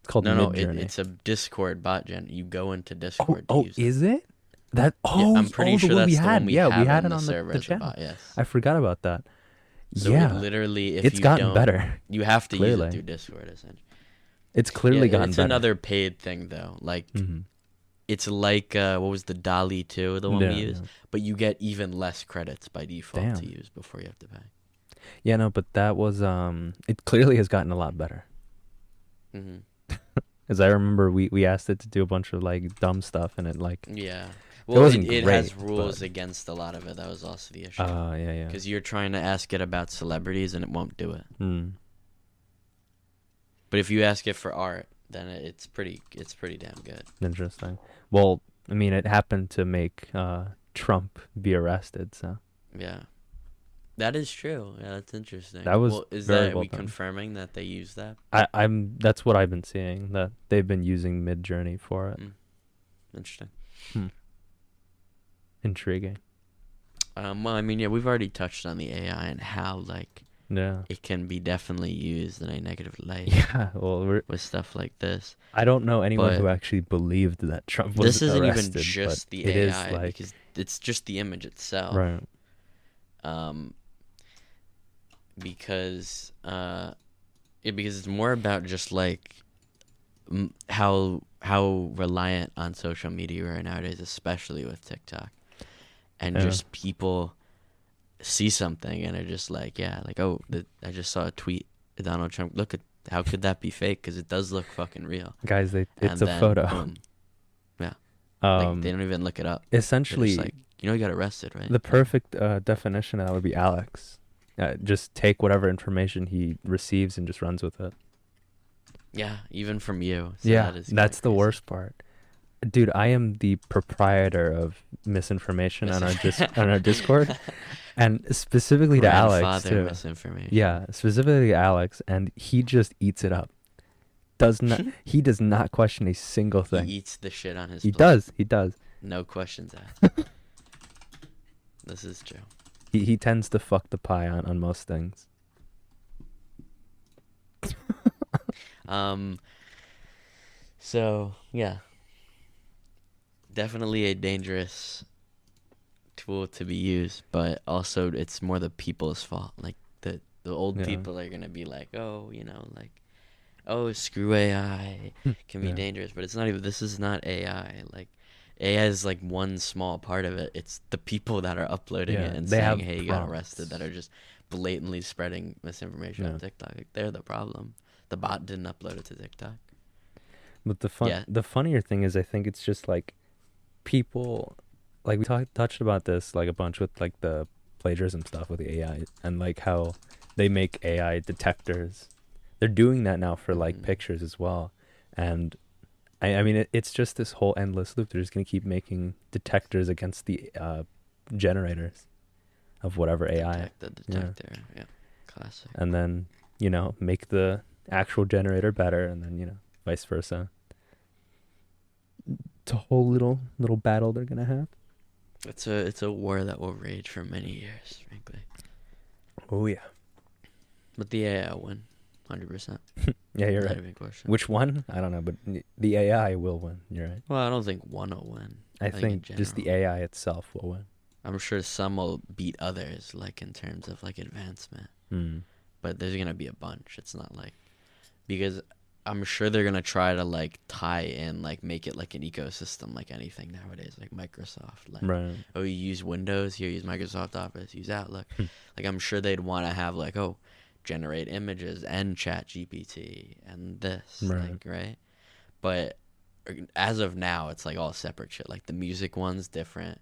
Speaker 2: It's called
Speaker 1: no, no.
Speaker 2: Midjourney.
Speaker 1: It, it's a Discord bot gen. You go into
Speaker 2: oh,
Speaker 1: Discord.
Speaker 2: oh
Speaker 1: to use it.
Speaker 2: is it? That
Speaker 1: Yeah,
Speaker 2: oh,
Speaker 1: I'm pretty
Speaker 2: oh,
Speaker 1: sure
Speaker 2: the one
Speaker 1: that's
Speaker 2: we
Speaker 1: the
Speaker 2: had.
Speaker 1: one we
Speaker 2: yeah,
Speaker 1: have
Speaker 2: we had
Speaker 1: on
Speaker 2: it
Speaker 1: the
Speaker 2: on the,
Speaker 1: server
Speaker 2: the
Speaker 1: as a
Speaker 2: channel.
Speaker 1: bot, yes.
Speaker 2: I forgot about that.
Speaker 1: So
Speaker 2: yeah,
Speaker 1: it literally, if
Speaker 2: it's
Speaker 1: you
Speaker 2: gotten
Speaker 1: don't,
Speaker 2: better.
Speaker 1: You have to use
Speaker 2: Clearly.
Speaker 1: it through Discord, essentially.
Speaker 2: It's clearly
Speaker 1: Yeah,
Speaker 2: gotten
Speaker 1: it's
Speaker 2: better.
Speaker 1: another paid thing, though. Like
Speaker 2: Mhm.
Speaker 1: it's like uh, what was the Dolly two, the one
Speaker 2: Yeah,
Speaker 1: we used,
Speaker 2: yeah.
Speaker 1: but you get even less credits by default to
Speaker 2: Damn.
Speaker 1: use before you have to pay.
Speaker 2: Yeah, no, but that was um. It clearly has gotten a lot better.
Speaker 1: hmm
Speaker 2: As I remember, we we asked it to do a bunch of like dumb stuff, and it like,
Speaker 1: Yeah, well,
Speaker 2: wasn't
Speaker 1: it, it has
Speaker 2: great,
Speaker 1: rules
Speaker 2: but-
Speaker 1: against a lot of it. That was also the issue
Speaker 2: uh, yeah, yeah.
Speaker 1: because you're trying to ask it about celebrities and it won't do it.
Speaker 2: Mm.
Speaker 1: But if you ask it for art, then it- it's pretty, it's pretty damn good.
Speaker 2: Interesting. Well, I mean, it happened to make uh, Trump be arrested, so
Speaker 1: Yeah. That is true. Yeah, that's interesting.
Speaker 2: That was
Speaker 1: well, is
Speaker 2: very
Speaker 1: that
Speaker 2: well
Speaker 1: we
Speaker 2: done.
Speaker 1: confirming that they use that?
Speaker 2: I, I'm. That's what I've been seeing that they've been using Midjourney for it.
Speaker 1: Mm. Interesting.
Speaker 2: Intriguing.
Speaker 1: Um, well, I mean, yeah, we've already touched on the AI and how like
Speaker 2: Yeah.
Speaker 1: it can be definitely used in a negative light
Speaker 2: Yeah. Well, we're,
Speaker 1: with stuff like this.
Speaker 2: I don't know anyone
Speaker 1: But-
Speaker 2: who actually believed that Trump was
Speaker 1: this isn't
Speaker 2: arrested.
Speaker 1: even just
Speaker 2: but
Speaker 1: the
Speaker 2: it is
Speaker 1: AI
Speaker 2: like
Speaker 1: because it's just the image itself.
Speaker 2: right.
Speaker 1: um, because uh, it, because it's more about just like m- how how reliant on social media we are nowadays, especially with TikTok, and
Speaker 2: Yeah.
Speaker 1: just people see something and are just like, yeah, like oh, th- I just saw a tweet of Donald Trump. Look at how could that be fake? Because it does look fucking real.
Speaker 2: Guys, they, it's
Speaker 1: And
Speaker 2: a
Speaker 1: then,
Speaker 2: photo.
Speaker 1: boom. Like,
Speaker 2: um,
Speaker 1: they don't even look it up. They're
Speaker 2: essentially,
Speaker 1: just like, eh. you know, you got arrested, right?
Speaker 2: The perfect uh, definition of that would be Alex. Uh, just take whatever information he receives and just runs with it.
Speaker 1: yeah, even from you. So
Speaker 2: yeah,
Speaker 1: that is kinda
Speaker 2: that's the
Speaker 1: crazy.
Speaker 2: worst part. Dude, I am the proprietor of misinformation on our dis- on our Discord, and specifically to Alex
Speaker 1: Grandfather
Speaker 2: too.
Speaker 1: misinformation.
Speaker 2: Yeah, specifically to Alex, and he just eats it up. Does not he does not question a single
Speaker 1: He
Speaker 2: thing. He,
Speaker 1: eats the shit on his plate.
Speaker 2: does. He does.
Speaker 1: No questions asked. this is true.
Speaker 2: He he tends to fuck the pie on on most things.
Speaker 1: Um so yeah. definitely a dangerous tool to be used, but also it's more the people's fault. Like the the old
Speaker 2: Yeah.
Speaker 1: people are gonna be like, oh, you know, like, oh, screw AI, it can be
Speaker 2: Hmm. Yeah.
Speaker 1: dangerous. But it's not even. This is not AI. Like AI is like one small part of it. It's the people that are uploading
Speaker 2: Yeah,
Speaker 1: it and
Speaker 2: they
Speaker 1: saying,
Speaker 2: have
Speaker 1: hey, you got arrested, that
Speaker 2: prompts.
Speaker 1: are just blatantly spreading misinformation
Speaker 2: Yeah.
Speaker 1: on TikTok. Like, they're the problem. The bot didn't upload it to TikTok.
Speaker 2: But the fun,
Speaker 1: Yeah.
Speaker 2: the funnier thing is, I think it's just like people, like we talked touched about this like a bunch with like the plagiarism stuff with the AI and like how they make AI detectors. They're doing that now for like
Speaker 1: Mhm.
Speaker 2: pictures as well, and I, I mean it, it's just this whole endless loop. They're just gonna keep making detectors against the uh, generators of whatever AI,
Speaker 1: Detect the detector. Yeah. Classic.
Speaker 2: and then you know make the actual generator better, and then you know vice versa. It's a whole little little battle they're gonna have.
Speaker 1: It's a it's a war that will rage for many years, frankly.
Speaker 2: Oh yeah,
Speaker 1: But the AI will win, hundred percent.
Speaker 2: yeah, you're
Speaker 1: Not
Speaker 2: right.
Speaker 1: even a question.
Speaker 2: Which one? I don't know, but n- the AI will win. You're right.
Speaker 1: Well, I don't think one will win.
Speaker 2: I,
Speaker 1: I think in
Speaker 2: think just the
Speaker 1: general.
Speaker 2: AI itself will win.
Speaker 1: I'm sure some will beat others, like in terms of like advancement.
Speaker 2: Hmm.
Speaker 1: But there's gonna be a bunch. It's not like because I'm sure they're gonna try to like tie in, like make it like an ecosystem, like anything nowadays, like Microsoft, like
Speaker 2: Right.
Speaker 1: oh you use windows here use microsoft office use outlook like i'm sure they'd want to have like oh generate images and chat gpt and this
Speaker 2: Right.
Speaker 1: like right but er, as of now it's like all separate shit like the music one's different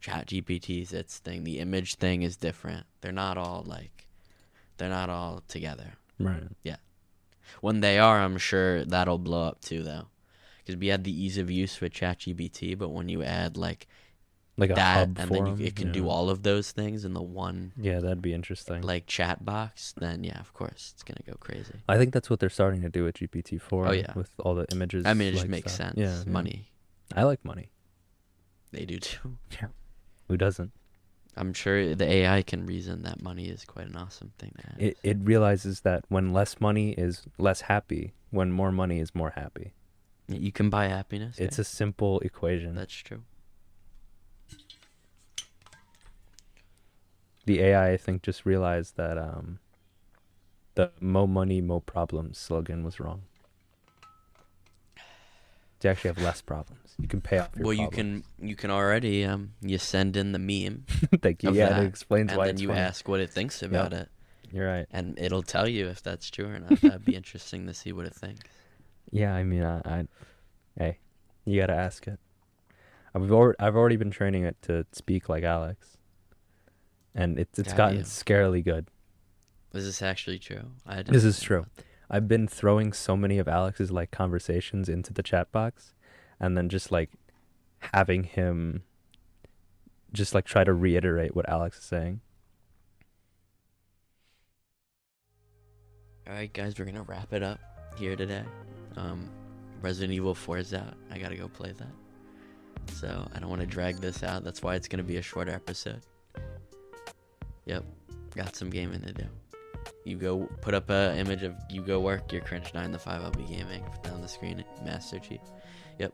Speaker 1: chat gpt's its thing the image thing is different they're not all like they're not all together
Speaker 2: Right.
Speaker 1: when they are, I'm sure that'll blow up too, though, because we had the ease of use with ChatGPT, but when you add like
Speaker 2: Like a
Speaker 1: that,
Speaker 2: hub
Speaker 1: and
Speaker 2: for
Speaker 1: then you,
Speaker 2: 'em,
Speaker 1: it can
Speaker 2: yeah.
Speaker 1: do all of those things in the one
Speaker 2: Yeah, that'd be interesting.
Speaker 1: like chat box, then yeah, of course, it's gonna go crazy.
Speaker 2: I think that's what they're starting to do with GPT four.
Speaker 1: Oh, yeah.
Speaker 2: With all the images.
Speaker 1: I mean, it just
Speaker 2: like
Speaker 1: makes
Speaker 2: stuff.
Speaker 1: sense.
Speaker 2: Yeah. yeah.
Speaker 1: Money,
Speaker 2: I like money.
Speaker 1: they do too.
Speaker 2: Who doesn't?
Speaker 1: I'm sure the AI can reason that money is quite an awesome thing. To have.
Speaker 2: it, it realizes that when less money is less happy, when more money is more happy.
Speaker 1: you can buy happiness.
Speaker 2: It's a simple equation.
Speaker 1: that's true.
Speaker 2: the AI, I think, just realized that um, the "mo money, mo problems" slogan was wrong. To actually have less problems, you can pay off your.
Speaker 1: Well, you can you can already um you send in the meme
Speaker 2: can. Thank you.
Speaker 1: of
Speaker 2: Yeah,
Speaker 1: that,
Speaker 2: that explains
Speaker 1: and
Speaker 2: why
Speaker 1: then
Speaker 2: it's
Speaker 1: you
Speaker 2: funny.
Speaker 1: ask what it thinks about it.
Speaker 2: You're right.
Speaker 1: and it'll tell you if that's true or not. That'd be interesting to see what it thinks.
Speaker 2: Yeah, I mean, I, I hey, you gotta ask it. I've already, I've already been training it to speak like Alex, and it's it's
Speaker 1: Have
Speaker 2: gotten
Speaker 1: you?
Speaker 2: scarily good.
Speaker 1: Is this actually true? I didn't
Speaker 2: This is
Speaker 1: think
Speaker 2: true.
Speaker 1: about that.
Speaker 2: I've been throwing so many of Alex's like conversations into the chat box and then just like having him just like try to reiterate what Alex is saying.
Speaker 1: All right, guys, we're gonna wrap it up here today. Um, Resident Evil 4 is out. I gotta go play that. So I don't want to drag this out. That's why it's gonna be a shorter episode. Yep, got some gaming to do. You go put up a image of you go work. Your cringe nine to five. I'll be gaming. Put that on the screen. Master Chief. Yep.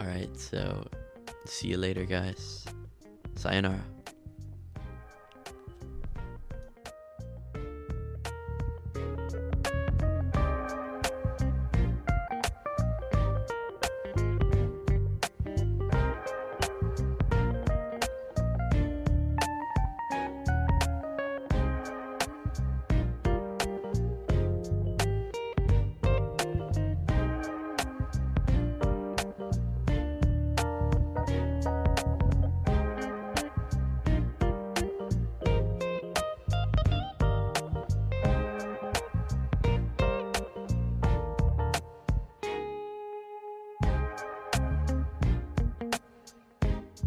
Speaker 1: All right. So see you later, guys. Sayonara.